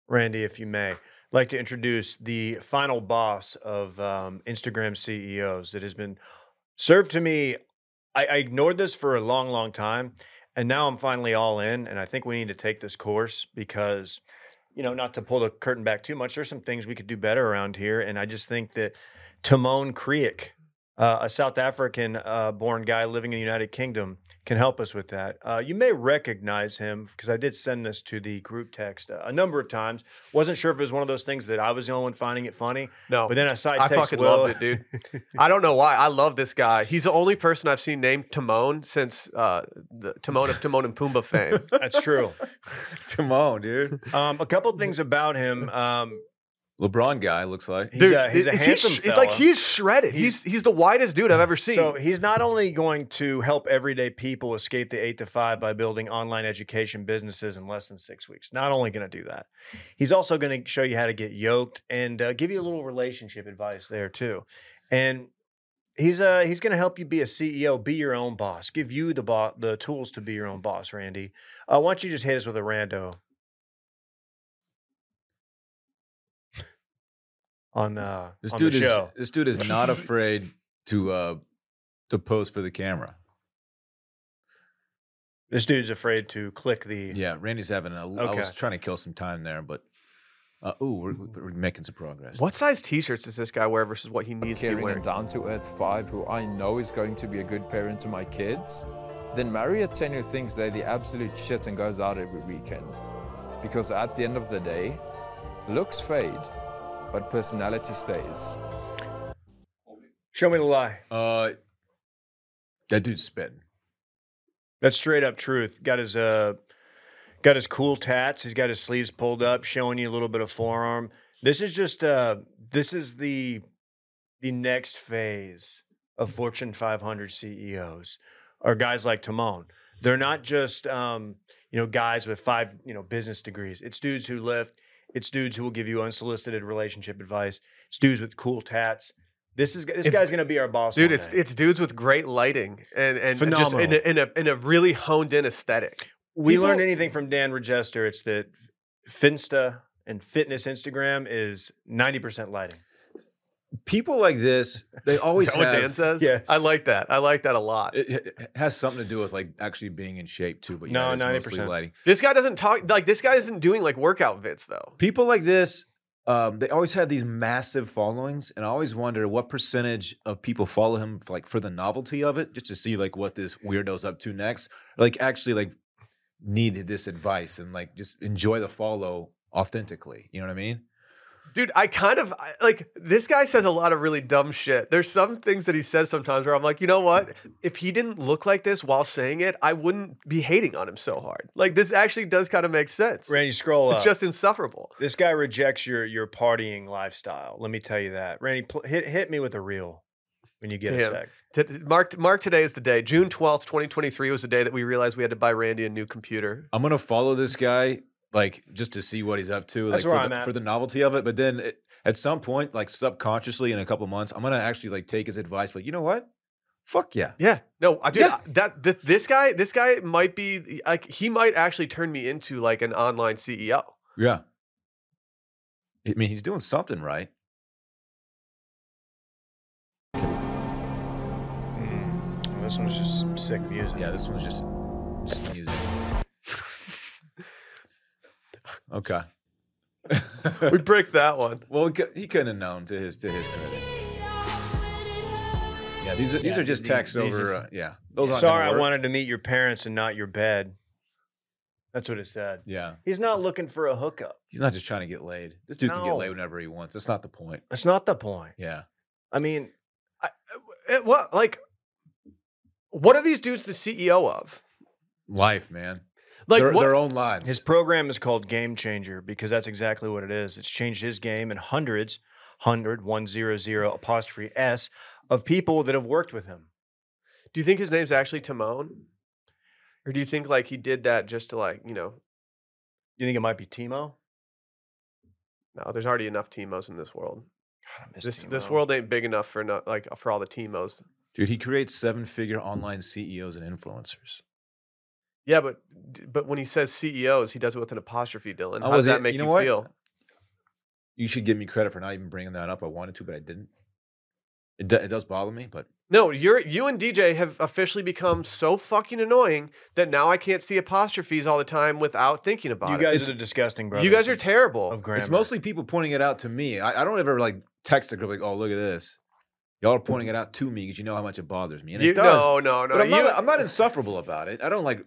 S2: Randy, if you may, I'd like to introduce the final boss of um, Instagram CEOs that has been served to me. I, I ignored this for a long, long time. And now I'm finally all in, and I think we need to take this course because, you know, not to pull the curtain back too much, there's some things we could do better around here. And I just think that Timon Kriek, uh, a South African uh, born guy living in the United Kingdom, can help us with that. Uh, you may recognize him because I did send this to the group text a, a number of times. Wasn't sure if it was one of those things that I was the only one finding it funny,
S1: No.
S2: but then I saw it
S1: I
S2: text
S1: fucking
S2: Will.
S1: loved it, <laughs> dude. I don't know why. I love this guy. He's the only person I've seen named Timon since uh, the Timon of Timon and Pumbaa <laughs> fame.
S2: That's true.
S1: <laughs>
S3: Timon, dude.
S2: Um, a couple things about him. Um,
S3: LeBron guy looks like.
S2: he's a, he's a
S1: is he
S2: handsome
S1: sh- like
S2: fella.
S1: he's shredded. He's,
S2: He's-
S1: he's the widest dude I've ever seen.
S2: So he's not only going to help everyday people escape the eight to five by building online education businesses in less than six weeks. Not only going to do that, he's also going to show you how to get yoked and uh, give you a little relationship advice there too. And he's uh he's going to help you be a CEO, be your own boss, give you the bo- the tools to be your own boss. Randy, uh, why don't you just hit us with a rando on uh
S3: This
S2: on
S3: dude
S2: the
S3: is.
S2: show?
S3: This dude
S2: <laughs>
S3: is not afraid to uh to pose for the camera.
S2: This dude's afraid to click the
S3: Yeah, Randy's having a. I was
S2: Okay.
S3: trying to kill some time there, but uh, ooh, we're, we're making some progress.
S1: what size T-shirts does this guy wear versus what he needs to be
S5: caring
S1: wearing?
S5: and down to earth five who I know is going to be a good parent to my kids, then marry a 10 who thinks they're the absolute shit and goes out every weekend. Because at the end of the day, looks fade, but personality stays.
S2: Show me the lie.
S3: Uh, that dude's spitting.
S2: That's straight up truth. Got his uh, got his cool tats. He's got his sleeves pulled up, showing you a little bit of forearm. This is just uh, this is the the next phase of Fortune 500 CEOs are E guys like Timon. They're not just um, you know guys with five you know business degrees. It's dudes who lift. It's dudes who will give you unsolicited relationship advice. It's dudes with cool tats. This is this
S1: It's-
S2: guy's gonna be our boss,
S1: Dude,
S2: one
S1: it's
S2: day.
S1: it's dudes with great lighting and and just in a,
S2: Phenomenal.
S1: in a in a really honed in
S2: <laughs>
S1: aesthetic.
S2: we
S1: People-
S2: learned anything from Dan Regester, it's that Finsta and fitness Instagram is 90% lighting.
S3: people like this, <laughs> they
S1: Is
S3: always
S1: that what
S3: have,
S1: Dan says?
S2: Yes.
S1: I like that. I like that a lot.
S3: It, it has something to do with like actually being in shape too, but
S2: No,
S3: yeah, it's mostly
S2: 90%.
S3: lighting.
S1: This guy doesn't talk like this guy isn't doing like workout vids though.
S3: People like this, um, they always have these massive followings, and I always wonder what percentage of people follow him like for the novelty of it, just to see like what this weirdo's up to next. Like actually like need this advice and like just enjoy the follow authentically. You know what I mean?
S1: Dude, I kind of I- like this guy says a lot of really dumb shit. There's some things that he says sometimes where I'm like, you know what? If he didn't look like this while saying it, I wouldn't be hating on him so hard. Like this actually does kind of make sense.
S2: Randy, scroll
S1: It's
S2: up.
S1: just insufferable.
S2: this guy rejects your your partying lifestyle. Let me tell you that. Randy, pl- hit hit me with a reel when you get a
S1: Damn.
S2: sec.
S1: T- Mark, mark today is the day. June 12th, 2023 was the day that we realized we had to buy Randy a new computer.
S3: I'm gonna follow this guy like just to see what he's up to,
S2: That's
S3: like
S2: where
S3: for,
S2: I'm
S3: the,
S2: at.
S3: for the novelty of it. But then it, at some point, like subconsciously, in a couple months, I'm gonna actually like take his advice. Like, you know what? Fuck yeah.
S1: Yeah. No, I do
S3: Yeah.
S1: that th- this guy this guy might be like he might actually turn me into like an online E CEO.
S3: Yeah. I mean, he's doing something right.
S2: This one's just some sick music.
S3: Yeah, this one's just, just music. okay.
S1: we break that one.
S3: <laughs> well, he cou- he couldn't have known to his to his credit. Yeah, these are these
S4: Yeah,
S3: are just
S4: these-
S3: texts
S4: these
S3: over.
S4: just-
S3: uh, yeah, those. aren't gonna
S2: Sorry, I
S3: work.
S2: wanted to meet your parents and not your bed. That's what it said.
S3: Yeah,
S2: He's not looking for a hookup.
S3: he's not just trying to get laid. This dude can get laid
S2: No.
S3: whenever he wants. That's not the point.
S2: That's not the point.
S3: Yeah.
S2: I mean,
S1: It, Eh, what like what are these dudes the CEO of?
S3: life, man.
S1: Like
S3: their,
S1: what
S3: their own lives.
S2: his program is called Game Changer because that's exactly what it is. It's changed his game and hundreds, hundred, one zero zero apostrophe s of people that have worked with him.
S1: do you think his name's actually Timon? Or do you think like he did that just to like, you know,
S2: You think it might be Timo?
S1: no, there's already enough Timos in this world.
S2: God, I miss
S1: This
S2: Timo.
S1: this world ain't big enough for no, like for all the Timos.
S3: Dude, he creates seven figure online CEOs and influencers.
S1: Yeah, but but when he says CEOs, he does it with an apostrophe, Dylan.
S3: I
S1: How does
S3: was-
S1: that make
S3: Oh, you
S1: you,
S3: know what?
S1: feel?
S3: You should give me credit for not even bringing that up. I wanted to, but I didn't. It, do, it does bother me, but
S1: No, you're you and DJ have officially become so fucking annoying that now I can't see apostrophes all the time without thinking about
S2: You
S1: it.
S2: guys
S1: It's-
S2: are the disgusting brothers.
S1: you guys are
S2: of-
S1: terrible.
S2: of grammar.
S3: it's mostly people pointing it out to me. I, I don't ever like text a group like, "Oh, look at this." Y'all are pointing it out to me because you know how much it bothers me, and
S1: Mm-hmm. You-
S3: it does.
S1: No, no, no.
S3: but I'm,
S1: you,
S3: not, I'm not insufferable about it. I don't like.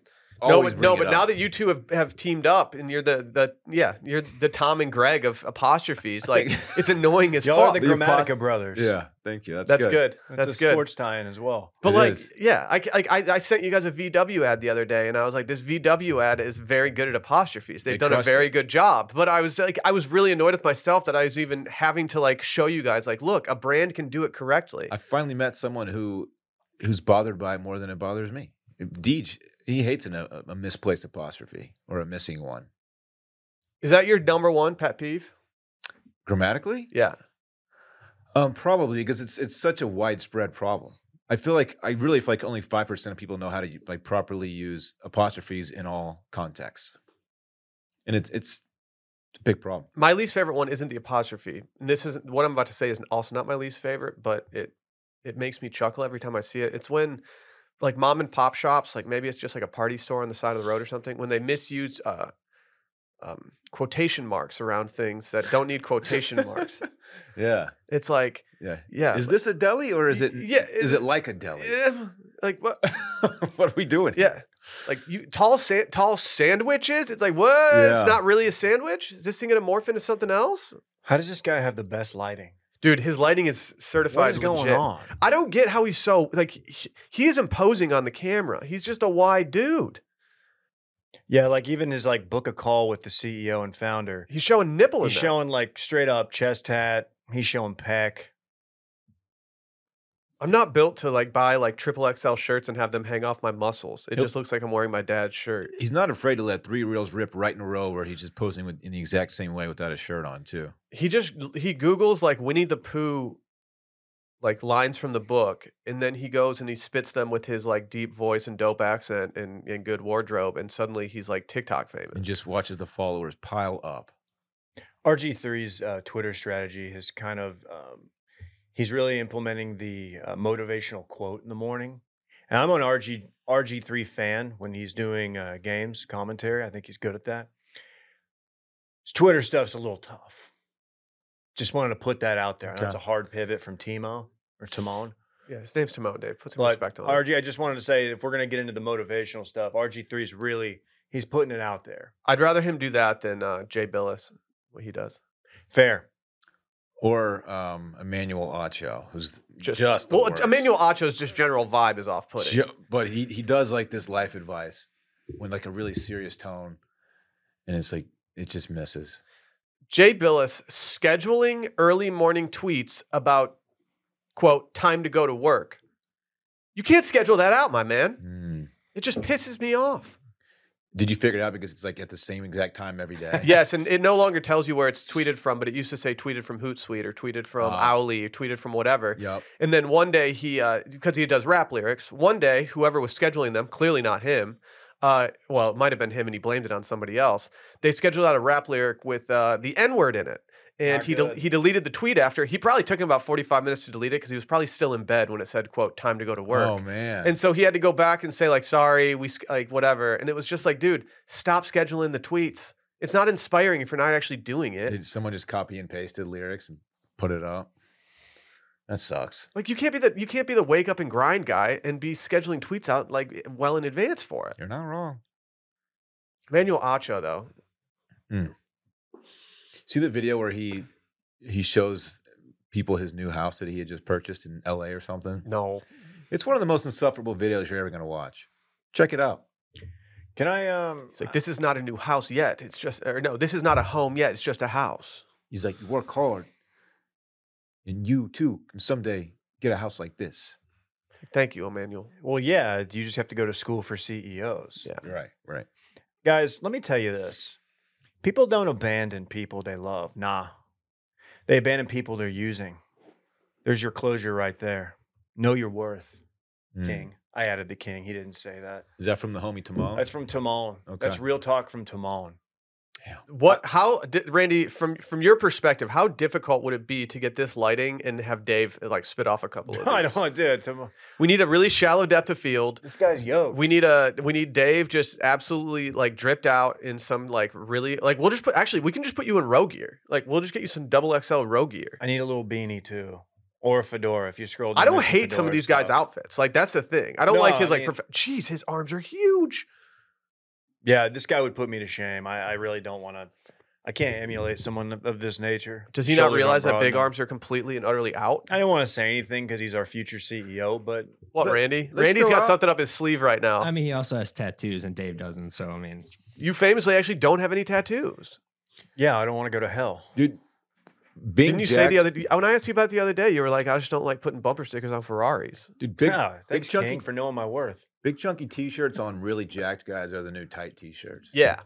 S1: no,
S3: Always
S1: but, no,
S3: bring
S1: but
S3: it
S1: now
S3: up.
S1: that you two have, have teamed up and you're the the yeah, you're the Tom and Greg of apostrophes.
S3: <laughs>
S1: Like it's annoying as
S2: Y'all
S1: fuck.
S2: are the
S3: The
S2: Grammatica
S3: apost-
S2: brothers.
S3: yeah, thank you. That's,
S1: That's
S3: good.
S1: good.
S2: That's,
S1: That's
S2: a
S1: good.
S2: sports tie-in as well.
S1: But
S3: It
S1: like,
S3: is.
S1: yeah, I, c- like I, I sent you guys a VW ad the other day, and I was like, this VW ad is very good at apostrophes. They've
S3: They
S1: done a
S3: crushed
S1: very
S3: it.
S1: good job. But I was like, I was really annoyed with myself that I was even having to like show you guys, like, look, a brand can do it correctly.
S3: I finally met someone who who's bothered by it more than it bothers me. Deej, he hates an, a, a misplaced apostrophe or a missing one.
S1: Is that your number one pet peeve?
S3: Grammatically,
S1: Yeah,
S3: um, probably because it's it's such a widespread problem. I feel like I really feel like only five percent of people know how to u- like properly use apostrophes in all contexts, and it's it's a big problem.
S1: my least favorite one isn't the apostrophe, and this isn't what I'm about to say is also not my least favorite, but it it makes me chuckle every time I see it. It's when like mom and pop shops, like maybe it's just like a party store on the side of the road or something, when they misuse uh, um, quotation marks around things that don't need quotation marks.
S3: Yeah,
S1: It's like,
S3: yeah.
S1: yeah,
S3: Is this a deli or is it?
S1: yeah,
S3: Is it like a deli?
S1: eh, like what?
S3: <laughs> what are we doing? here?
S1: Yeah, like you tall sa- tall sandwiches. It's like what? It's
S3: Yeah.
S1: not really a sandwich. Is this thing gonna morph into something else?
S2: How does this guy have the best lighting?
S1: Dude, his lighting is certified.
S2: What is going
S1: legit.
S2: on?
S1: I don't get how he's so like he, he is imposing on the camera. He's just a wide dude.
S2: Yeah, like even his like book a call with the CEO and founder.
S1: He's showing nipple. in
S2: He's
S1: that.
S2: showing like straight up chest hat. He's showing peck.
S1: I'm not built to like buy like triple XL shirts and have them hang off my muscles. It
S3: Nope.
S1: just looks like I'm wearing my dad's shirt.
S3: He's not afraid to let three reels rip right in a row where he's just posing with, in the exact same way without a shirt on, too.
S1: He just he googles like Winnie the Pooh like lines from the book and then he goes and he spits them with his like deep voice and dope accent and, and good wardrobe and suddenly he's like TikTok
S3: And
S1: famous.
S3: just watches the followers pile up.
S2: RG3's uh, Twitter strategy has kind of um, he's really implementing the uh, motivational quote in the morning. And I'm an RG RG3 fan when he's doing uh, games commentary. I think he's good at that. His Twitter stuff's a little tough. Just wanted to put that out there. I know That's a
S3: Okay.
S2: hard pivot from Timo or Timon.
S1: Yeah, his name's Timon, Dave. Put some
S2: But
S1: respect on it.
S2: RG, I just wanted to say if we're going to get into the motivational stuff, RG3 is really he's putting it out there.
S1: I'd rather him do that than uh, Jay Billis, what he does.
S2: Fair.
S3: Or um, Emmanuel Acho, who's just, the
S1: well,
S3: worst.
S1: Emmanuel Acho's just general vibe is off putting.
S3: Ju- but he he does like this life advice when like a really serious tone, and it's like it just misses.
S1: Jay Billis scheduling early morning tweets about quote time to go to work. You can't schedule that out, my man.
S3: Mm.
S1: It just pisses me
S3: <laughs>
S1: off.
S3: Did you figure it out because it's like at the same exact time
S1: <laughs>
S3: every day?
S1: Yes, and it no longer tells you where it's tweeted from, but it used to say tweeted from Hootsuite or tweeted from
S3: Ah.
S1: Owly or tweeted from whatever.
S3: Yep.
S1: And then one day he, because he does rap lyrics, one day whoever was scheduling them, clearly not him, uh, well, it might have been him and he blamed it on somebody else. They scheduled out a rap lyric with uh, the N word in it. And
S2: Not
S1: he, del-
S2: good.
S1: he deleted the tweet after. He probably took him about 45 minutes to delete it because he was probably still in bed when it said, quote, time to go to work.
S3: Oh man.
S1: And so he had to go back and say like, sorry, we sk- like whatever. And it was just like, dude, stop scheduling the tweets. It's not inspiring if you're not actually doing it.
S3: Did someone just copy and paste the lyrics and put it up? That sucks.
S1: Like you can't be the you can't be the wake up and grind guy and be scheduling tweets out like well in advance for it.
S3: You're not wrong.
S1: Manuel Acho though,
S3: See the video where he he shows people his new house that he had just purchased in LA or something?
S1: no.
S3: It's one of the most insufferable videos you're ever going to watch. Check it out.
S2: Can I um
S1: It's like this is not a new house yet. It's just or no, this is not a home yet. It's just a house.
S3: He's like, "You work hard, and you too can someday get a house like this."
S1: Thank you, Emmanuel.
S2: well yeah, you just have to go to school for CEOs.
S1: Yeah.
S3: Right, right.
S2: Guys, let me tell you this. People don't abandon people they love. Nah. They abandon people they're using. There's your closure right there. Know your worth,
S1: Mm.
S2: King. I added the king. He didn't say that.
S3: Mm. Is that from the homie
S1: Oh.
S3: Timon?
S2: That's from Timon. That's
S3: Okay.
S2: real talk from Timon. <laughs>
S1: What? How, di- Randy? From from your perspective, how difficult would it be to get this lighting and have Dave like spit off a
S2: <laughs>
S1: couple of?
S2: I
S1: these?
S2: don't want to do it. Timon.
S1: We need a really shallow depth of field.
S2: This guy's yoked.
S1: We need a we need Dave just absolutely like dripped out in some like really like we'll just put actually we can just put you in row gear. Like we'll just get you some double XL row gear.
S2: I need a little beanie too. Or a fedora if you scroll down.
S1: I don't
S2: there's
S1: hate some of
S2: fedora
S1: these guys'
S2: stuff.
S1: outfits. Like that's the thing. I don't like
S2: No,
S1: his
S2: I
S1: like
S2: mean-
S1: prof- jeez, his arms are huge.
S2: Yeah, this guy would put me to shame. I, I really don't want to. I can't emulate someone of- of this nature.
S1: Does he
S2: Shoulders
S1: not
S2: aren't
S1: realize that
S2: broad
S1: big
S2: enough.
S1: arms are completely and utterly out?
S2: I don't want to say anything because he's our future CEO, but
S1: What,
S3: They-
S1: Randy?
S3: they're
S1: Randy's
S3: still
S1: got
S3: out.
S1: something up his sleeve right now.
S4: I mean, he also has tattoos, and Dave doesn't. So I mean,
S1: you famously actually don't have any tattoos.
S2: yeah, I don't want to go to hell.
S3: dude. Being
S1: Didn't you say
S3: jacked-
S1: the other d- when I asked you about it the other day, you were like, I just don't like putting bumper stickers on Ferraris.
S3: dude? Big,
S2: yeah,
S3: big
S2: thanks,
S3: chunky,
S2: King, for knowing my worth.
S3: big chunky t-shirts on really jacked guys are the new tight t-shirts.
S1: Yeah.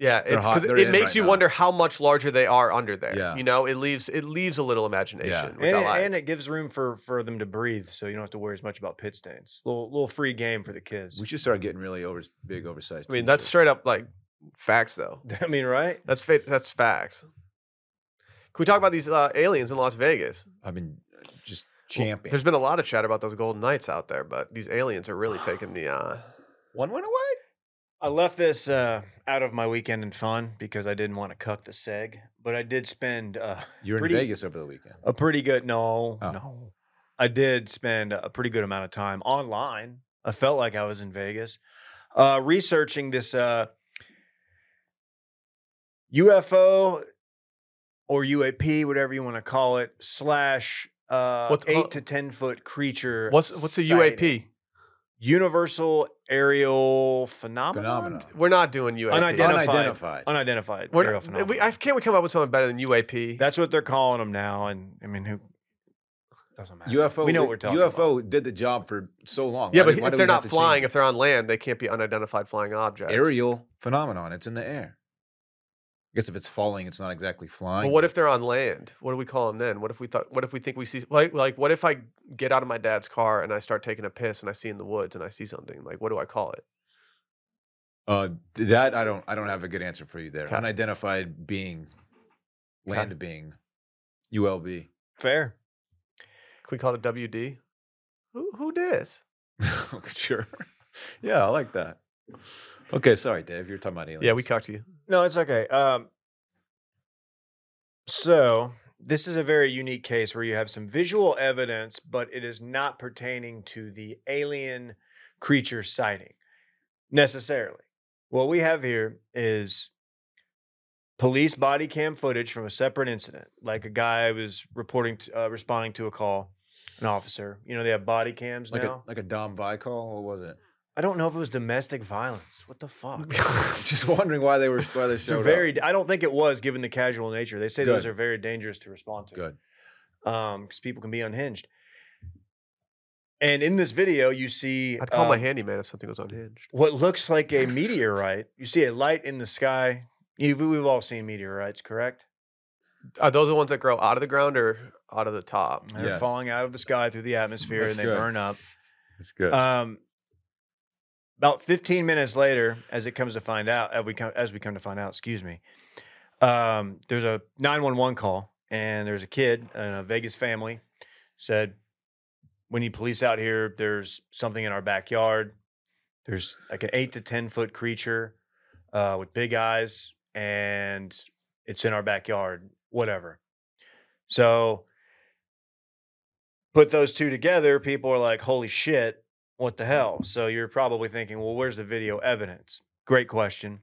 S1: Yeah,
S3: They're
S1: it's
S3: hot.
S1: because
S3: They're
S1: it
S3: in
S1: makes
S3: right
S1: you
S3: now.
S1: wonder how much larger they are under there.
S3: Yeah.
S1: You know, it leaves it leaves a little imagination,
S3: Yeah.
S1: which
S2: And
S1: I
S2: it,
S1: like.
S2: and it gives room for for them to breathe, so you don't have to worry as much about pit stains. Little little free game for the kids.
S3: We should start getting really over big oversized.
S1: I mean, that's straight up like facts, though.
S2: <laughs> I mean, right?
S1: That's fa- that's facts. Can we talk about these uh, aliens in Las Vegas? Well,
S3: I've been uh, just champion.
S1: there's been a lot of chat about those Golden Knights out there, but these aliens are really taking the.
S3: <sighs>
S1: Uh,
S3: One went away.
S2: I left this uh, out of my weekend and fun because I didn't want to cuck the seg, but I did spend uh,
S3: You were
S2: pretty- Uh,
S3: in Vegas over the weekend.
S2: a pretty good no
S3: Oh.
S2: no i did spend a pretty good amount of time online i felt like i was in vegas uh researching this uh ufo or uap whatever you want to call it slash uh
S1: What's-
S2: eight
S1: hold-
S2: to ten foot creature
S1: what's what's the
S2: sighting.
S1: UAP?
S2: universal aerial phenomenon
S3: Phenomenon.
S1: We're not doing UAP.
S3: <laughs>
S2: Unidentified.
S3: Unidentified.
S2: unidentified
S1: We're
S2: aerial
S1: not,
S2: phenomenon.
S1: uh, we, I, can't we come up with something better than UAP?
S2: That's what they're calling them now, and I mean, who doesn't matter?
S3: UFO.
S2: We know what we're talking about.
S3: UFO did the job for so long.
S1: yeah,
S3: Why
S1: but
S3: do- why
S1: if
S3: do
S1: they're
S3: we have
S1: not
S3: to see
S1: flying,
S3: it?
S1: if they're on land, they can't be unidentified flying objects.
S3: aerial phenomenon, it's in the air. I guess if it's falling, it's not exactly
S1: Well,
S3: flying.
S1: what if they're on land? What do we call them then? What if we thought? What if we think we see like like what if I get out of my dad's car and I start taking a piss and I see in the woods and I see something like what do I call it?
S3: uh, that I don't. I don't have a good answer for you there.
S1: Okay.
S3: Unidentified being,
S1: Okay.
S3: land being, ULB.
S2: Fair.
S1: Can we call it a WD? Who who dis?
S3: <laughs> sure. Yeah, I like that. Okay, sorry, Dave. You're talking about aliens.
S1: Yeah, we cucked you.
S2: No, it's okay. Um, so this is a very unique case where you have some visual evidence, but it is not pertaining to the alien creature sighting necessarily. What we have here is police body cam footage from a separate incident, like a guy was reporting, to, uh, responding to a call, an officer. You know, they have body cams
S3: like
S2: now.
S3: a like a Dom Vi call. What was it? <laughs>
S2: I don't know if it was domestic violence. What the
S1: Oh, <laughs>
S2: fuck?
S3: I'm just wondering why they were why they
S2: They're
S3: showed
S2: very.
S3: up.
S2: I don't think it was given the casual nature. They say those
S3: Good.
S2: are very dangerous to respond to.
S3: good.
S2: Um, because people can be unhinged. And in this video, you see
S1: I'd call my
S2: um,
S1: handyman if something was unhinged.
S2: what looks like
S3: <laughs>
S2: a meteorite. You see a light in the sky. You, we've all seen meteorites, correct?
S1: Are those the ones that grow out of the ground or out of the top?
S2: They're
S3: Yes.
S2: falling out of the sky through the atmosphere
S3: That's
S2: and they
S3: good.
S2: burn up.
S3: That's good.
S2: Um, about 15 minutes later, as it comes to find out, as we come, as we come to find out, excuse me, um, there's a 911 call, and there's a kid in a Vegas family said, "We need police out here. There's something in our backyard. There's like an eight to 10 foot creature uh, with big eyes, and it's in our backyard. Whatever." So. Put those two together, people are like, holy shit, what the hell? So you're probably thinking, well, where's the video evidence? Great question.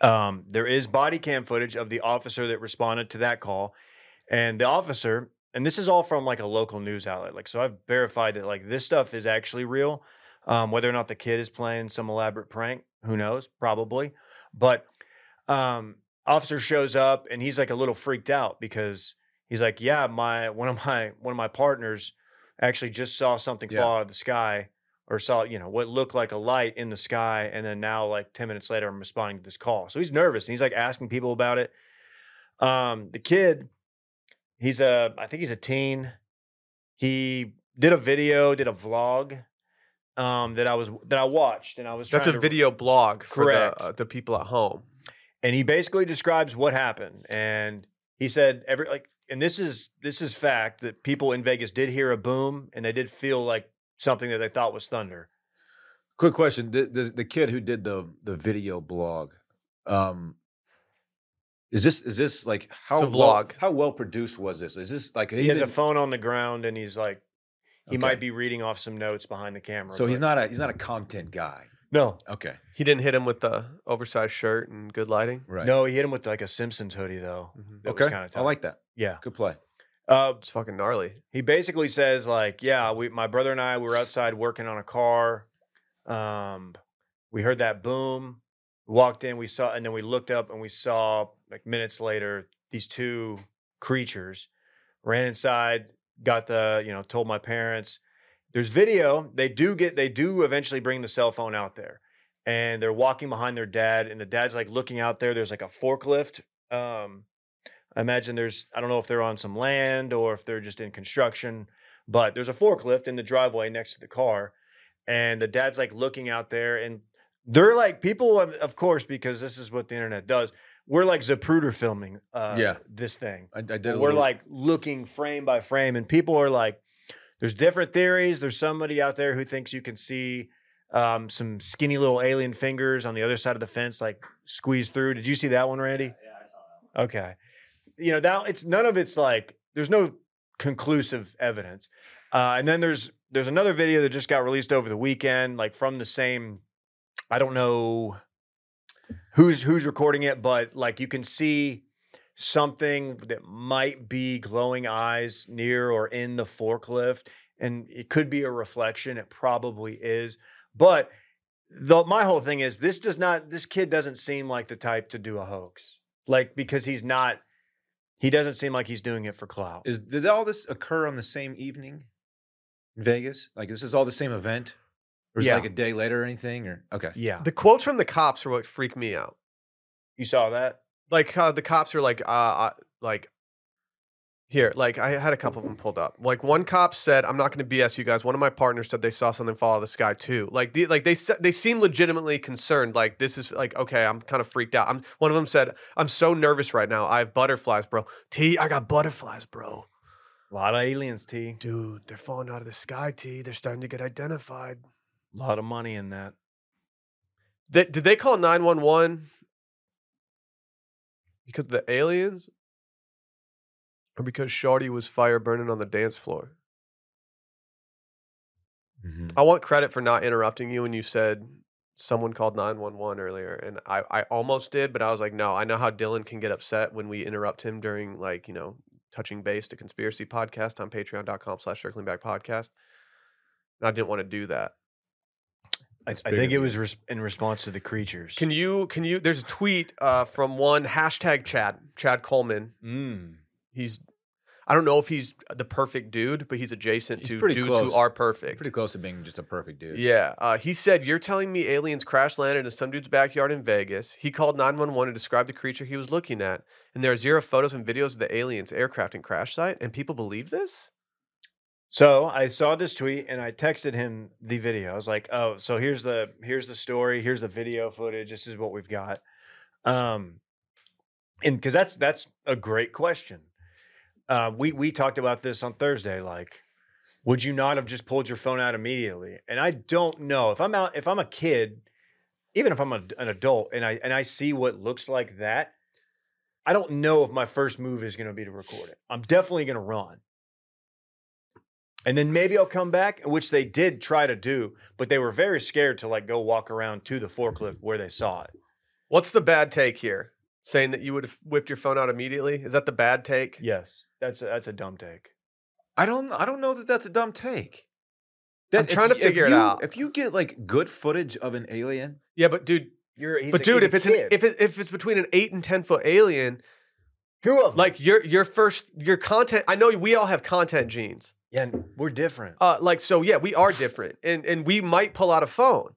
S2: Um, there is body cam footage of the officer that responded to that call. And the officer, and this is all from like a local news outlet. Like, so I've verified that like this stuff is actually real. Um, whether or not the kid is playing some elaborate prank, who knows? Probably. But um, officer shows up and he's like a little freaked out because he's like, yeah, my one of my one of my partners actually just saw something
S3: Yeah.
S2: fall out of the sky or saw you know what looked like a light in the sky and then now like 10 minutes later i'm responding to this call so he's nervous and he's like asking people about it um the kid he's a i think he's a teen he did a video did a vlog um that i was that i watched and i was
S1: That's a
S2: trying to-
S1: video blog for
S2: Correct.
S1: the, uh, the people at home.
S2: and he basically describes what happened and he said every like and this is this is fact that people in vegas did hear a boom and they did feel like something that they thought was thunder
S3: Quick question: the, the the kid who did the the video blog, um, is this is this like how
S1: a
S3: well-
S1: vlog.
S3: how well produced was this? Is this like
S2: he has a
S3: didn't-
S2: phone on the ground and he's like he might
S3: Okay.
S2: be reading off some notes behind the camera
S3: So he's
S2: but-
S3: not a he's not a content guy.
S2: no
S3: Okay,
S1: He didn't hit him with the oversized shirt and good lighting.
S3: right.
S2: no he hit him with like a simpsons hoodie though
S1: Mhm.
S2: That was
S3: okay.
S2: kinda
S3: I
S2: tough.
S3: like that.
S2: yeah
S3: Good play.
S2: uh,
S1: It's fucking gnarly.
S2: he basically says like yeah we my brother and i we were outside working on a car um we heard that boom walked in we saw and then we looked up and we saw like minutes later these two creatures ran inside got the you know told my parents there's video they do get they do eventually bring the cell phone out there and they're walking behind their dad and the dad's like looking out there there's like a forklift um i imagine there's i don't know if they're on some land or if they're just in construction but there's a forklift in the driveway next to the car and the dad's like looking out there and they're like people of, of course because this is what the internet does we're like zapruder filming uh
S3: Yeah.
S2: this thing
S3: I, I did. a
S2: we're
S3: little-
S2: like looking frame by frame, and people are like, "There's different theories. There's somebody out there who thinks you can see um, some skinny little alien fingers on the other side of the fence, like squeeze through." Did you see that one, Randy?
S4: Yeah, I saw that.
S2: Okay, you know that it's none of it's like there's no conclusive evidence, uh, and then there's there's another video that just got released over the weekend, like from the same. I don't know who's who's recording it, but like you can see something that might be glowing eyes near or in the forklift and it could be a reflection it probably is but the my whole thing is this does not this kid doesn't seem like the type to do a hoax like because he's not he doesn't seem like he's doing it for clout
S3: Is did all this occur on the same evening in Vegas? Like this is all the same event? Or is
S2: Yeah.
S3: it like a day later or anything? Or okay.
S2: yeah
S1: The quotes from the cops are what freak me out.
S2: you saw that
S1: like uh, the cops are like uh, uh like here like i had a couple of them pulled up like one cop said i'm not going to bs you guys one of my partners said they saw something fall out of the sky too like the, like they se- they seem legitimately concerned like this is like okay i'm kind of freaked out i'm one of them said i'm so nervous right now i have butterflies bro t i got butterflies bro
S2: A lot of aliens, T.
S1: Dude, they're falling out of the sky, T. They're starting to get identified.
S2: A lot of money in that.
S1: They, did they call 911 because of the aliens? Or because Shorty was fire burning on the dance floor?
S3: Mm-hmm.
S1: I want credit for not interrupting you when you said someone called 911 earlier. And I, I almost did, but I was like, no, I know how Dylan can get upset when we interrupt him during, like, you know, touching base to conspiracy podcast on patreon.com slash circling back podcast. And I didn't want to do that.
S2: I, I
S3: That's big
S2: think
S3: of
S2: it
S3: you.
S2: was res- in response to the creatures.
S1: Can you, can you, there's a tweet uh, from one hashtag Chad, Chad Coleman.
S2: Mm.
S1: He's, I don't know if he's the perfect dude, but he's adjacent
S3: He's
S1: to
S3: pretty
S1: dudes
S3: close.
S1: who are perfect.
S3: Pretty close to being just a perfect dude.
S1: Yeah. Uh, he said, You're telling me aliens crash landed in some dude's backyard in Vegas. He called 911 to describe the creature he was looking at. And there are zero photos and videos of the aliens, aircraft, and crash site. And people believe this?
S2: So I saw this tweet and I texted him the video. I was like, "Oh, so here's the here's the story. Here's the video footage. This is what we've got." Um, and because that's that's a great question. Uh, we we talked about this on Thursday. Like, would you not have just pulled your phone out immediately? And I don't know if I'm out if I'm a kid, even if I'm a, an adult, and I and I see what looks like that. I don't know if my first move is going to be to record it. I'm definitely going to run. And then maybe I'll come back, which they did try to do, but they were very scared to like go walk around to the forklift where they saw it.
S1: What's the bad take here? Saying that you would have whipped your phone out immediately? Is that the bad take?
S2: Yes, that's a, that's a dumb take.
S3: I don't. I don't know that that's a dumb take.
S1: I'm trying to
S3: y-
S1: figure it
S3: you-
S1: out.
S3: If you get like good footage of an alien,
S1: Yeah, but dude,
S2: You're, he's
S1: but
S2: a-
S1: dude,
S2: he's
S1: if
S2: a
S1: it's an,
S2: kid.
S1: if it, if it's between an eight and ten foot alien,
S2: Two of 'em.
S1: like your your first your content, I know we all have content genes.
S2: yeah, and we're different.
S1: Uh, like so, yeah, we are different, and and we might pull out a phone,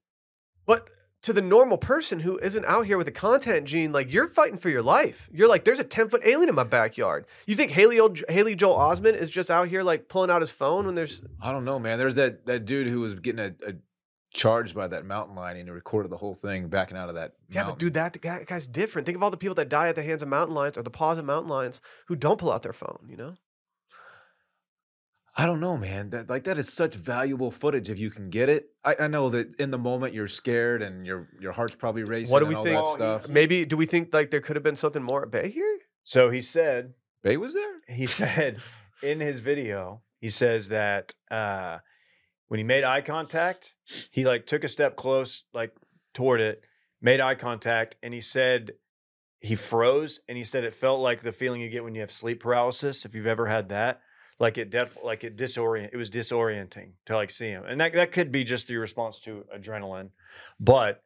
S1: but to the normal person who isn't out here with a content gene, like you're fighting for your life. You're like, there's a ten foot alien in my backyard. You think Haley Ol- Haley Joel Osment is just out here like pulling out his phone when there's
S3: I don't know, man. There's that that dude who was getting a, a charged by that mountain lion and he recorded the whole thing backing out of that.
S1: yeah, but dude, that guy, guy's different. Think of all the people that die at the hands of mountain lions or the paws of mountain lions who don't pull out their phone. You know,
S3: I don't know, man. That like that is such valuable footage if you can get it. I, I know that in the moment you're scared and your your heart's probably racing.
S1: what do
S3: and
S1: we
S3: all
S1: think?
S3: That stuff.
S1: Maybe do we think like there could have been something more at bay here?
S2: So he said,
S3: Bay was there.
S2: he <laughs> said in his video, he says that uh, when he made eye contact, he like took a step close, like toward it, made eye contact, and he said he froze, and he said it felt like the feeling you get when you have sleep paralysis, if you've ever had that. Like it def like it disorient it was disorienting to like see him. And that, that could be just your response to adrenaline. But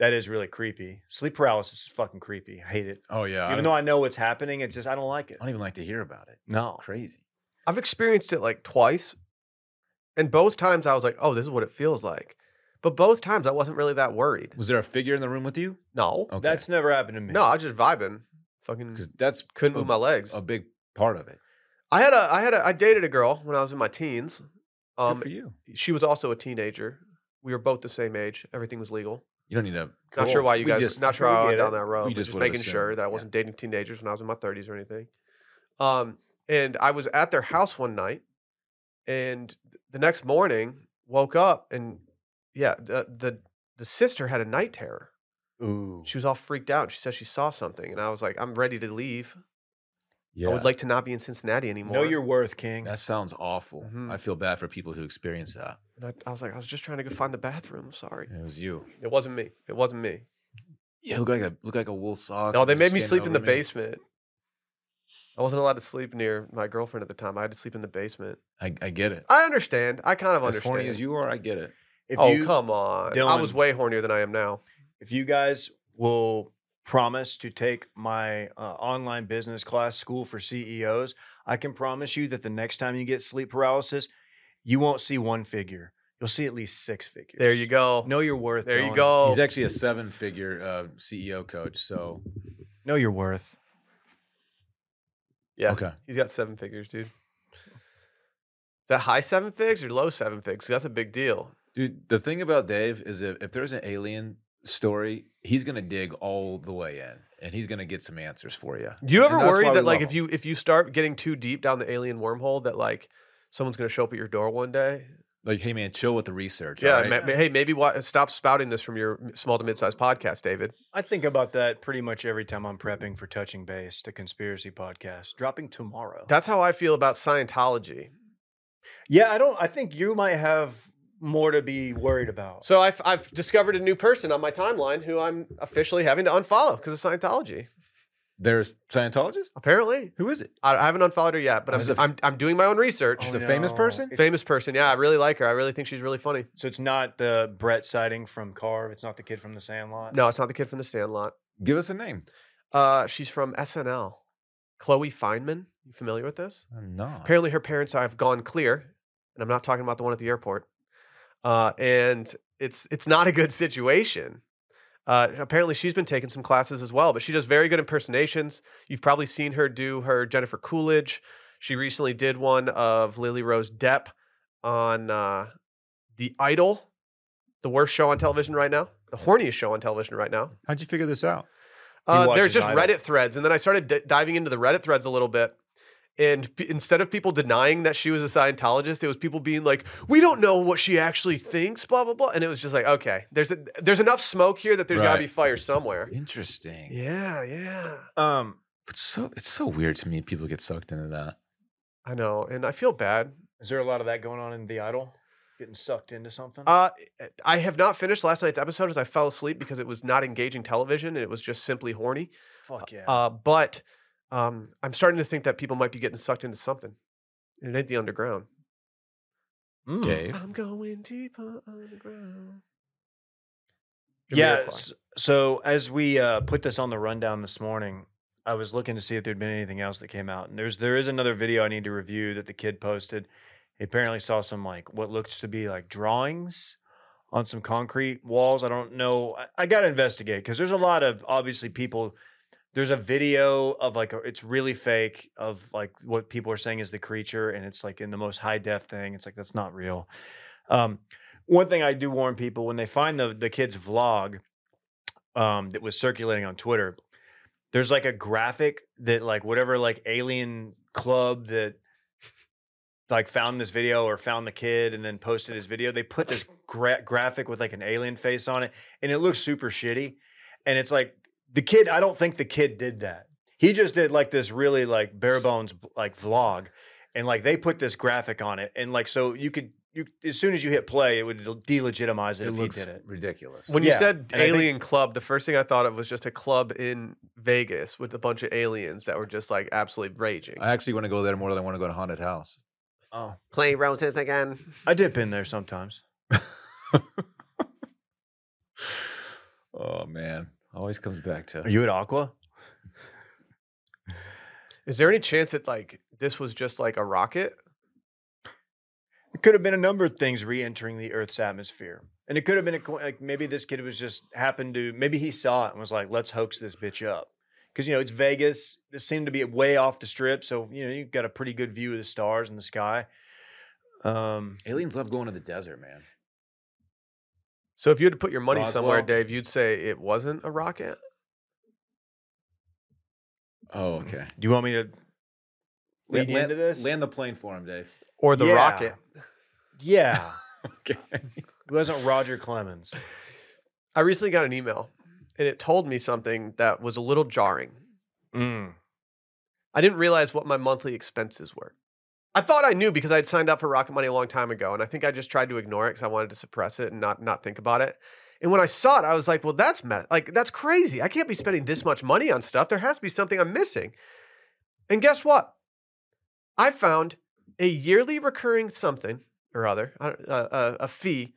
S2: that is really creepy. Sleep paralysis is fucking creepy. I hate it.
S3: Oh yeah. I
S2: Even
S3: don't,
S2: though I know what's happening, it's just I don't like it.
S3: I don't even like to hear about it. It's
S2: No.
S3: crazy.
S1: I've experienced it like twice. And both times I was like, oh, this is what it feels like. But both times I wasn't really that worried.
S3: Was there a figure in the room with Oh, you?
S1: No.
S3: Okay.
S2: That's never happened to me.
S1: No, I was just vibing. Fucking
S3: because that's
S1: couldn't move my legs.
S3: a big part of it.
S1: I had a I had a I dated a girl when I was in my teens.
S3: Good
S1: Um
S3: for you.
S1: she was also a teenager. We were both the same age. Everything was legal.
S3: You don't need to.
S1: Not sure
S2: Cool.
S1: why you
S3: We
S1: guys
S3: just-
S1: not sure
S2: we
S1: how I went
S2: get it.
S1: down that road.
S3: We
S1: but
S3: just
S1: Just,
S3: would've
S1: making sure
S3: assumed,
S1: that I
S3: yeah.
S1: wasn't dating teenagers when I was in my thirties or anything. Um and I was at their house one night and the next morning woke up and yeah, the the, the sister had a night terror.
S2: Ooh.
S1: she was all freaked out. She said she saw something, and I was like, "I'm ready to leave.
S3: Yeah.
S1: I would like to not be in Cincinnati anymore."
S2: Know your worth, King.
S3: That sounds awful.
S1: Mhm.
S3: I feel bad for people who experience that.
S1: And I, I was like, "I was just trying to go find the bathroom. I'm Sorry,
S3: It was you.
S1: it wasn't me. It wasn't me.
S3: Yeah, look like a look like a wool sock.
S1: No,
S3: and
S1: Oh, they
S3: just
S1: made me
S3: standing
S1: sleep in
S3: over
S1: the
S3: me.
S1: basement. I wasn't allowed to sleep near my girlfriend at the time. I had to sleep in the basement.
S3: I, I get it.
S1: I understand. I kind of
S3: As
S1: understand.
S3: horny as you are, I get it.
S2: If
S1: oh
S2: you
S1: come on! I was
S2: Dylan.
S1: way hornier than I am now.
S2: if you guys will promise to take my uh, online business class school for CEOs, I can promise you that the next time you get sleep paralysis, you won't see one figure. You'll see at least six figures.
S1: There you go.
S2: Know your worth.
S1: there you
S2: Dylan.
S1: go.
S3: He's actually a seven-figure uh, CEO coach. So
S2: Know your worth.
S1: yeah,
S3: okay,
S1: he's got seven figures, dude. Is that high seven figs or low seven figs? That's a big deal.
S3: dude. The thing about Dave is if, if there's an alien story, he's going to dig all the way in, and he's going to get some answers for you.
S1: Do you
S3: And
S1: ever
S3: that's
S1: worry
S3: why we
S1: that like
S3: love
S1: if you if you start getting too deep down the alien wormhole that like someone's going to show up at your door one day?
S3: like, hey man, chill with the research.
S1: Yeah.
S3: all right?
S1: ma- ma- hey, maybe why, stop spouting this from your m- small to mid-sized podcast, David.
S2: I think about that pretty much every time I'm prepping for Touching Base, the conspiracy podcast dropping tomorrow.
S1: That's how I feel about Scientology.
S2: yeah, I don't. I think you might have more to be worried about.
S1: So I've, I've discovered a new person on my timeline who I'm officially having to unfollow because of Scientology.
S3: There's Scientologist.
S1: Apparently,
S3: Who is it?
S1: I, I haven't unfollowed her yet, but
S3: Is
S1: I'm,
S3: it-
S1: I'm I'm doing my own
S2: Oh,
S1: research.
S3: She's a famous person?
S2: It's-
S1: Famous person, yeah, I really like her. I really think she's really funny.
S2: So it's not the Brett sighting from Carve. It's not the kid from The Sandlot.
S1: No, it's not the kid from The Sandlot.
S3: Give us a name.
S1: Uh, she's from SNL. Chloe Feynman. You familiar with this?
S3: I'm not.
S1: Apparently, her parents have gone clear, and I'm not talking about the one at the airport. Uh, and it's it's not a good situation. Uh, apparently, she's been taking some classes as well, but she does very good impersonations. You've probably seen her do her Jennifer Coolidge. She recently did one of Lily Rose Depp on uh, The Idol, the worst show on television right now, the horniest show on television right now.
S3: How'd you figure this out?
S1: Uh, there's
S2: watches
S1: just
S2: Idol.
S1: Reddit threads, and then I started d- diving into the Reddit threads a little bit. And p- instead of people denying that she was a Scientologist, it was people being like, "We don't know what she actually thinks," blah blah blah. And it was just like, okay, there's a, there's enough smoke here that there's got
S3: Right.
S1: to be fire somewhere.
S3: Interesting.
S1: Yeah, yeah.
S2: Um,
S3: It's so it's so weird to me. People get sucked into that.
S1: I know, and I feel bad.
S2: is there a lot of that going on in The Idol? Getting sucked into something?
S1: Uh, I have not finished last night's episode as I fell asleep because it was not engaging television and it was just simply horny.
S2: Fuck yeah.
S1: Uh, but um, I'm starting to think that people might be getting sucked into something, and it ain't the underground.
S2: Mm.
S3: Dave,
S1: I'm going deeper underground.
S2: Yeah. s- So as we uh, put this on the rundown this morning, I was looking to see if there'd been anything else that came out, and there's there is another video I need to review that the kid posted. He apparently saw some like what looks to be like drawings on some concrete walls. I don't know. I, I got to investigate because there's a lot of obviously people. There's a video of like a, it's really fake of like what people are saying is the creature, and it's like in the most high def thing. It's like that's not real. Um, one thing I do warn people when they find the the kid's vlog um, that was circulating on Twitter, there's like a graphic that like whatever like alien club that like found this video or found the kid and then posted his video. They put this gra- graphic with like an alien face on it, and it looks super shitty. And it's like the kid. I don't think the kid did that. He just did like this really like bare bones like vlog, and like they put this graphic on it, and like so you could you as soon as you hit play, it would delegitimize it,
S3: it
S2: if
S3: looks
S2: he did it.
S3: ridiculous.
S1: When you
S2: Yeah,
S1: said
S2: and I think-
S1: alien club, the first thing I thought of was just a club in Vegas with a bunch of aliens that were just like absolutely raging.
S3: I actually want to go there more than I want to go to haunted house.
S2: Oh,
S1: Play roses again.
S2: I dip in there sometimes.
S3: Oh man, always comes back to
S2: Are you at Aqua?
S1: Is there any chance that like this was just like a rocket?
S2: It could have been a number of things re-entering the Earth's atmosphere, and it could have been a, co- like maybe this kid was just happened to maybe he saw it and was like, "Let's hoax this bitch up," because you know it's Vegas. It seemed to be way off the strip, so you know you've got a pretty good view of the stars and the sky. Um,
S3: aliens love going to the desert, man.
S1: So if you had to put your money somewhere,
S3: Roswell.
S1: Dave, you'd say it wasn't a rocket.
S3: Oh okay.
S2: do you want me to lead you
S3: land,
S2: into this?
S3: Land the plane for
S2: <laughs>
S3: him, Dave.
S1: Or the
S2: Yeah.
S1: rocket.
S2: <laughs> yeah,
S3: Okay.
S2: it wasn't Roger Clemens.
S1: I recently got an email and it told me something that was a little jarring.
S2: Mm.
S1: I didn't realize what my monthly expenses were. I thought I knew because I had signed up for Rocket Money a long time ago, and I think I just tried to ignore it because I wanted to suppress it and not not think about it. And when I saw it, I was like, "Well, that's me- like that's crazy. I can't be spending this much money on stuff. There has to be something I'm missing." And guess what? I found a yearly recurring something or other, I don't- uh, uh, a fee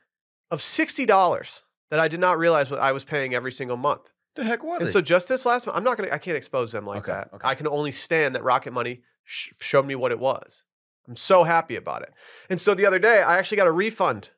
S1: of sixty dollars that I did not realize what I was paying every single month.
S3: <laughs> the heck was
S1: And
S3: it?
S1: so just this last month, I'm not gonna, I can't expose them like
S3: Okay,
S1: that.
S3: okay.
S1: I can only stand that Rocket Money sh- showed me what it was. I'm so happy about it. And so the other day, I actually got a refund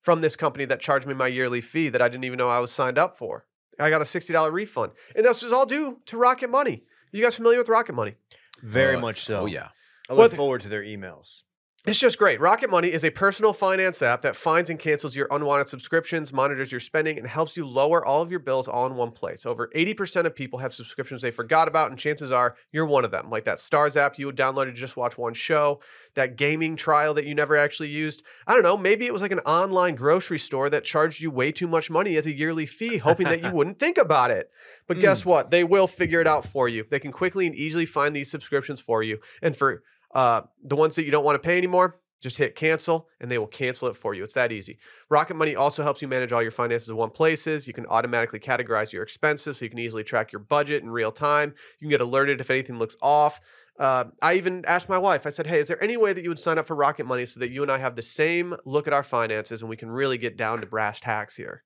S1: from this company that charged me my yearly fee that I didn't even know I was signed up for. I got a $60 refund. And this is all due to Rocket Money. You guys familiar with Rocket Money?
S2: Very
S3: Oh,
S2: much so.
S3: Oh yeah.
S2: I
S1: Well,
S2: look
S1: the-
S2: forward to their emails.
S1: It's just great. Rocket Money is a personal finance app that finds and cancels your unwanted subscriptions, monitors your spending, and helps you lower all of your bills all in one place. Over 80% of people have subscriptions they forgot about, and chances are you're one of them. Like that Stars app you downloaded to just watch one show, that gaming trial that you never actually used. I don't know, maybe it was like an online grocery store that charged you way too much money as a yearly fee, hoping that you wouldn't think about it. But guess what? They will figure it out for you. They can quickly and easily find these subscriptions for you. And for uh, the ones that you don't want to pay anymore, just hit cancel and they will cancel it for you. It's that easy. Rocket Money also helps you manage all your finances in one places. You can automatically categorize your expenses so you can easily track your budget in real time. You can get alerted if anything looks off. Uh, I even asked my wife, I said, Hey, is there any way that you would sign up for Rocket Money so that you and I have the same look at our finances and we can really get down to brass tacks here?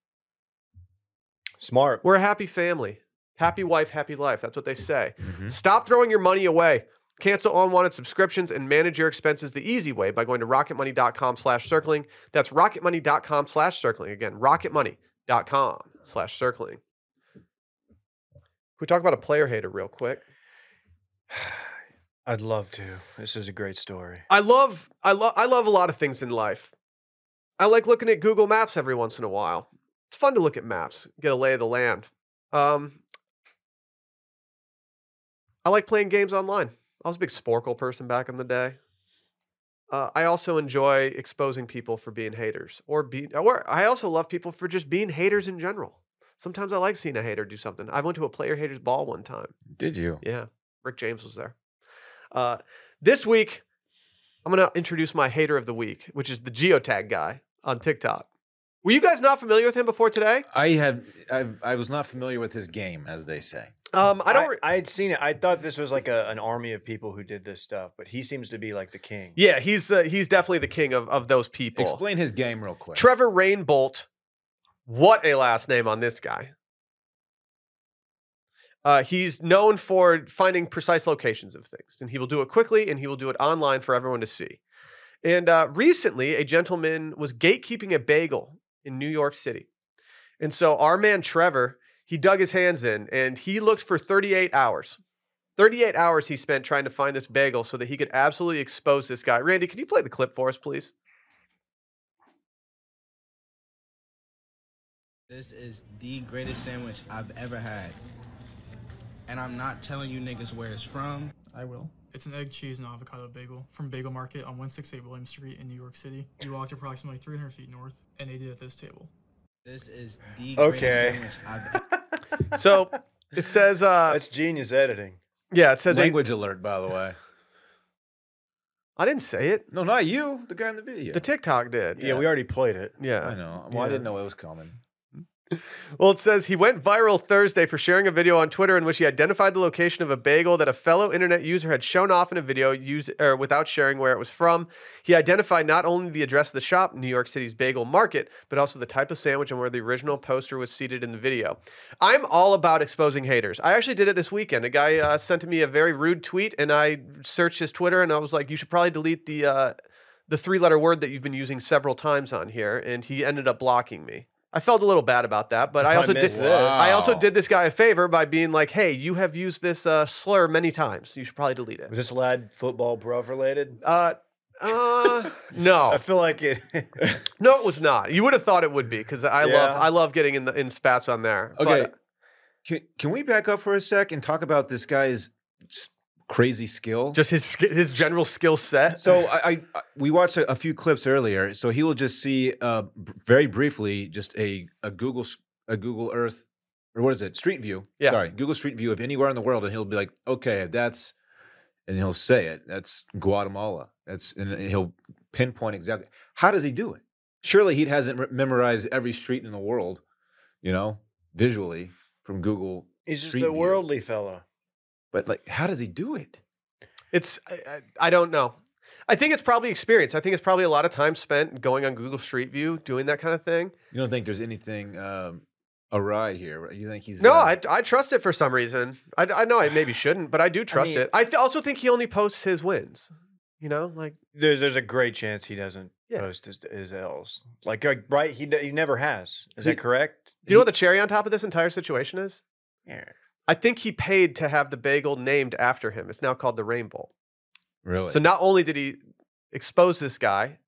S2: Smart.
S1: We're a happy family. Happy wife, happy life. That's what they say.
S2: Mm-hmm.
S3: Mhm.
S1: Stop throwing your money away. Cancel unwanted subscriptions and manage your expenses the easy way by going to rocketmoney.com slash circling. That's rocketmoney.com slash circling. Again, rocketmoney.com slash circling. Can we talk about a player hater real quick?
S2: I'd love to. This is a great story.
S1: I love I love I love a lot of things in life. I like looking at Google Maps every once in a while. It's fun to look at maps, get a lay of the land. Um, I like playing games online. I was a big Sporkle person back in the day. Uh, I also enjoy exposing people for being haters, or be, or I also love people for just being haters in general. Sometimes I like seeing a hater do something. I went to a player haters ball one time.
S3: Did you?
S1: Yeah. Rick James was there. Uh, this week, I'm going to introduce my hater of the week, which is the geotag guy on TikTok. Were you guys not familiar with him before today?
S3: I had I, I was not familiar with his game, as they say.
S1: Um, I don't. re-
S2: I, had seen it. I thought this was like a, an army of people who did this stuff, but he seems to be like the king.
S1: yeah, he's uh, he's definitely the king of of those
S2: Oh.
S1: people.
S3: Explain his game real quick.
S1: Trevor Rainbolt. What a last name on this guy. Uh, he's known for finding precise locations of things, and he will do it quickly and he will do it online for everyone to see. And uh, recently, a gentleman was gatekeeping a bagel in New York City. And so our man Trevor, he dug his hands in and he looked for 38 hours. 38 hours he spent trying to find this bagel so that he could absolutely expose this guy. Randy, can you play the clip for us, please?
S6: This is the greatest sandwich I've ever had. And I'm not telling you niggas where it's from.
S7: I will. It's an egg, cheese, and avocado bagel from Bagel Market on 168 William Street in New York City. You walked approximately 300 feet north and ate it at this table.
S6: This is the
S2: Okay.
S6: greatest sandwich I've
S1: So it says, uh,
S2: That's genius editing.
S1: yeah, it says,
S3: Language alert, by the way.
S1: I didn't say it.
S3: No, not you. The guy in the video.
S1: The TikTok did.
S2: Yeah, we already played it.
S1: Yeah.
S3: I know. Well, I
S1: Yeah.
S3: didn't know it was coming.
S1: Well, it says he went viral Thursday for sharing a video on Twitter in which he identified the location of a bagel that a fellow internet user had shown off in a video use, or without sharing where it was from. He identified not only the address of the shop, New York City's bagel market, but also the type of sandwich and where the original poster was seated in the video. I'm all about exposing haters. I actually did it this weekend. A guy uh, sent me a very rude tweet, and I searched his Twitter, and I was like, "You should probably delete the uh, the three letter word that you've been using several times on here." And he ended up blocking me. I felt a little bad about that, but I also did.
S2: missed
S3: Wow.
S1: I also did this guy a favor by being like, "Hey, you have used this uh, slur many times. You should probably delete it."
S2: Was this lad football bruv related?
S1: Uh, uh, no,
S2: I feel like it. <laughs>
S1: no, it was not. You would have thought it would be because I
S2: Yeah.
S1: love I love getting in the in spats on there. But,
S3: Okay. uh, Can, can we back up for a sec and talk about this guy's s- crazy skill?
S1: just his sk- his general skill set.
S3: so I, I, I we watched a, a few clips earlier. So he will just see uh, b- very briefly just a a Google s- a Google Earth or what is it Street View?
S1: Yeah.
S3: Sorry, Google Street View of anywhere in the world, and he'll be like, okay, that's, and he'll say it. That's Guatemala. That's and he'll pinpoint exactly. How does he do it? Surely he hasn't re- memorized every street in the world, you know, visually from Google.
S2: He's just
S3: Street
S2: a
S3: view.
S2: worldly fella.
S3: But like, how does he do it?
S1: It's I, I I don't know. I think it's probably experience. I think it's probably a lot of time spent going on Google Street View doing that kind of thing.
S3: You don't think there's anything um, awry here? right? You think he's
S1: No,
S3: uh,
S1: I, I trust it for some reason. I, I know I maybe shouldn't, but I do trust
S2: mean-
S1: it. I th- also think he only posts his wins. You know, like
S2: There, there's a great chance he doesn't
S1: Yeah.
S2: post his, his L's. Like, like, right? He, d- he never has. Is
S1: He-
S2: that correct?
S1: do you know what the cherry on top of this entire situation is?
S2: Yeah.
S1: I think he paid to have the bagel named after him. It's now called the Rainbow.
S3: really
S1: So not only did he expose this guy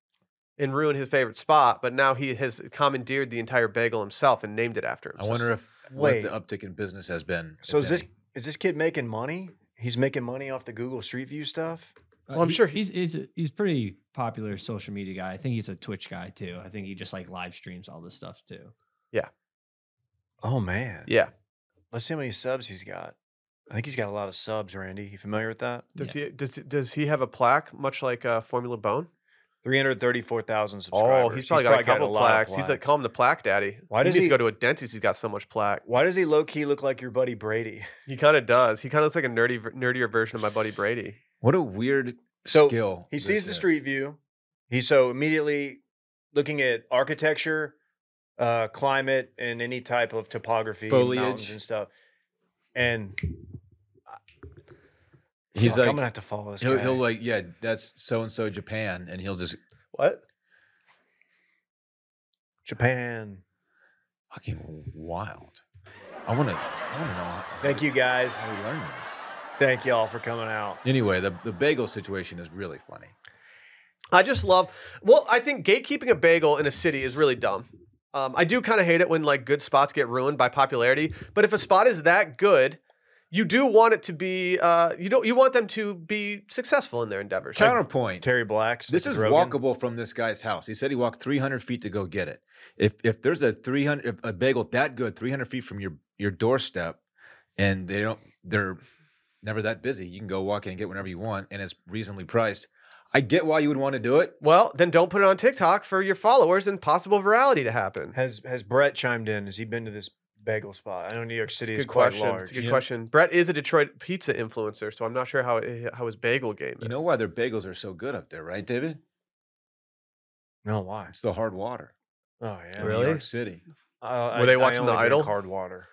S1: and ruin his favorite spot, but now he has commandeered the entire bagel himself and named it after himself.
S3: I wonder if
S2: Wait.
S3: what the uptick in business has been. if
S2: So is this
S3: any.
S2: is this kid making money? He's making money off the Google Street View stuff.
S1: Well, I'm sure he-
S4: uh, he's he's a, he's pretty popular social media guy. I think he's a Twitch guy too. I think he just like live streams all this stuff too.
S2: Oh man,
S1: yeah.
S2: Let's see how many subs he's got. I think he's got a lot of subs. Randy, you familiar with that?
S1: Does he does does he have a plaque much like uh, Formula Bone?
S2: Three hundred thirty-four thousand subscribers.
S1: Oh, he's probably got a couple
S2: lot of
S1: plaques. He's like, call him the plaque daddy.
S2: Why
S1: he
S2: does
S1: needs
S2: he-
S1: to go to a dentist? He's got so much plaque.
S2: Why does he low key look like your buddy Brady? <laughs>
S1: He kind of does. He kind of looks like a nerdy, nerdier version of my buddy Brady.
S3: what a weird
S2: So,
S3: skill.
S2: He
S3: this
S2: sees the
S3: is.
S2: street view. He so immediately looking at architecture, uh, climate, and any type of topography, and mountains
S3: Foliage.
S2: and stuff. And
S3: He's
S2: fuck,
S3: like
S2: I'm gonna have to follow this.
S3: he'll,
S2: guy.
S3: he'll like yeah, that's so and so Japan, and he'll just
S1: What?
S2: Japan.
S3: fucking wild. I want to. I want to know.
S2: Thank you guys.
S3: How he learned this.
S2: Thank y'all for coming out.
S3: Anyway, the the bagel situation is really funny.
S1: I just love. Well, I think gatekeeping a bagel in a city is really dumb. Um, I do kind of hate it when like good spots get ruined by popularity. But if a spot is that good, you do want it to be. Uh, you don't. You want them to be successful in their endeavors.
S3: Counterpoint.
S2: Terry Blacks.
S3: This is walkable from this guy's house. He said he walked 300 feet to go get it. If if there's a 300 if a bagel that good 300 feet from your your doorstep, and they don't they're never that busy, you can go walk in and get whenever you want, and it's reasonably priced. I get why you would want to do it.
S1: Well, then don't put it on TikTok for your followers and possible virality to happen.
S2: Has has Brett chimed in? Has he been to this bagel spot? I know New York
S1: It's a
S2: City is
S1: good
S2: quite
S1: question.
S2: large.
S1: It's a good question. Brett is a Detroit pizza influencer, so I'm not sure how how his bagel game is.
S3: You know why their bagels are so good up there, right, David?
S2: No, why?
S3: It's the hard water.
S2: Oh
S3: in
S2: yeah.
S1: Really?
S3: New York City.
S2: Uh,
S1: Were they watching The
S2: only drink
S1: Idol?
S2: Hard water.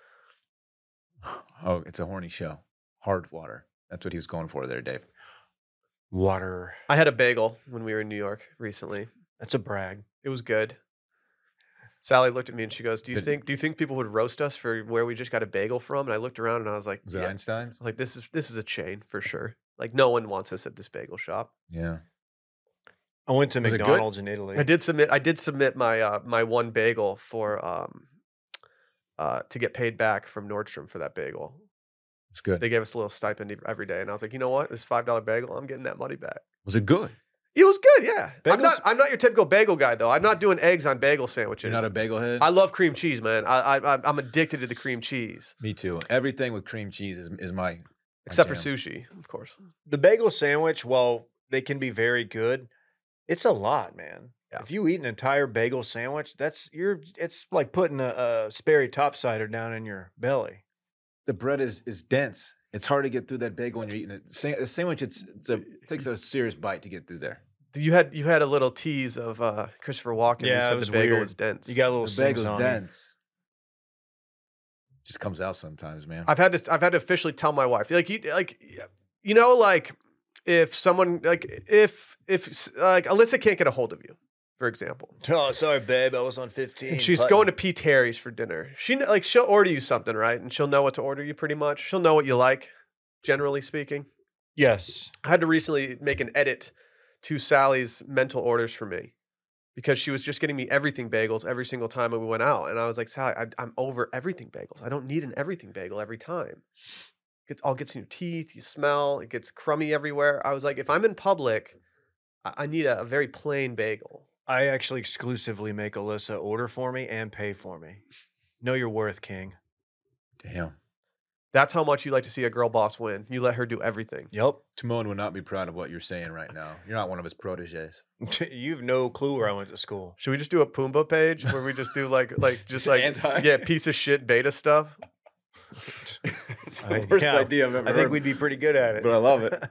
S3: Oh, it's a horny show. Hard water. That's what he was going for there, Dave.
S2: Water.
S1: I had a bagel when we were in New York recently.
S2: That's a brag.
S1: It was good. Sally looked at me and she goes, "Do you
S3: Did-
S1: think do you think people would roast us for where we just got a bagel from?" And I looked around and I was like,
S3: Was it
S1: yeah. I was
S3: Einstein's?
S1: like this is this is a chain for sure. Like no one wants us at this bagel shop.
S3: Yeah.
S2: I went to
S3: Was it good?
S2: McDonald's in Italy.
S1: I did submit I did submit my uh, my one bagel for um uh to get paid back from Nordstrom for that bagel.
S3: It's good.
S1: They gave us a little stipend ev- every day and I was like, "You know what? This $5 bagel, I'm getting that money back."
S3: was it good?
S1: It was good, yeah. I'm not
S2: Bagels-
S1: I'm not your typical bagel guy though. I'm not doing eggs on bagel sandwiches.
S3: You're not a bagel head?
S2: <laughs>
S1: I love cream cheese, man. I, I I'm- I'm addicted to the cream cheese,
S3: Me too. Everything with cream cheese is, is my
S1: except for
S3: jam.
S1: sushi, of course.
S2: the bagel sandwich, while they can be very good, it's a lot, man.
S1: Yeah.
S2: If you eat an entire bagel sandwich, that's you're it's like putting a, a Sperry topsider down in your belly.
S3: the bread is is dense. It's hard to get through that bagel when you're eating it. Sa- a sandwich, it's, it's a, takes a serious bite to get through there.
S1: You had you had a little tease of uh, Christopher Walken.
S2: Yeah,
S1: you
S2: it
S1: said
S2: was
S1: the bagel
S2: weird.
S1: was dense.
S2: You got a
S3: The
S2: little
S3: bagel's
S2: bagel's
S3: dense. Just comes out sometimes, man.
S1: I've had to I've had to officially tell my wife like you like you know like if someone like if if s- like Alyssa can't get a hold of you, for example,
S2: <laughs> Oh, sorry, babe. I was on fifteen.
S1: and she's
S2: putting.
S1: going to P Terry's for dinner. She kn- like she'll order you something right, and she'll know what to order you pretty much. She'll know what you like, generally speaking.
S2: yes.
S1: I had to recently make an edit to Sally's mental orders for me because she was just getting me everything bagels every single time we went out, and I was like, Sally, I, I'm over everything bagels. I don't need an everything bagel every time. It all gets in your teeth, you smell, it gets crummy everywhere. I was like, if I'm in public, I, I need a, a very plain bagel.
S2: I actually exclusively make Alyssa order for me and pay for me. Know your worth, King.
S3: Damn.
S1: That's how much you like to see a girl boss win. You let her do everything.
S2: <laughs> Yep.
S3: Timon would not be proud of what you're saying right now. You're not one of his <laughs> proteges.
S2: You've no clue where I went to school.
S1: Should we just do a Pumbaa page where we just do like like <laughs> just like
S3: Anti-
S1: yeah piece of shit beta stuff?
S3: <laughs> It's
S2: the I- worst yeah. idea
S3: I've ever
S2: I think we'd be pretty good at it.
S3: But I love it.
S2: <laughs>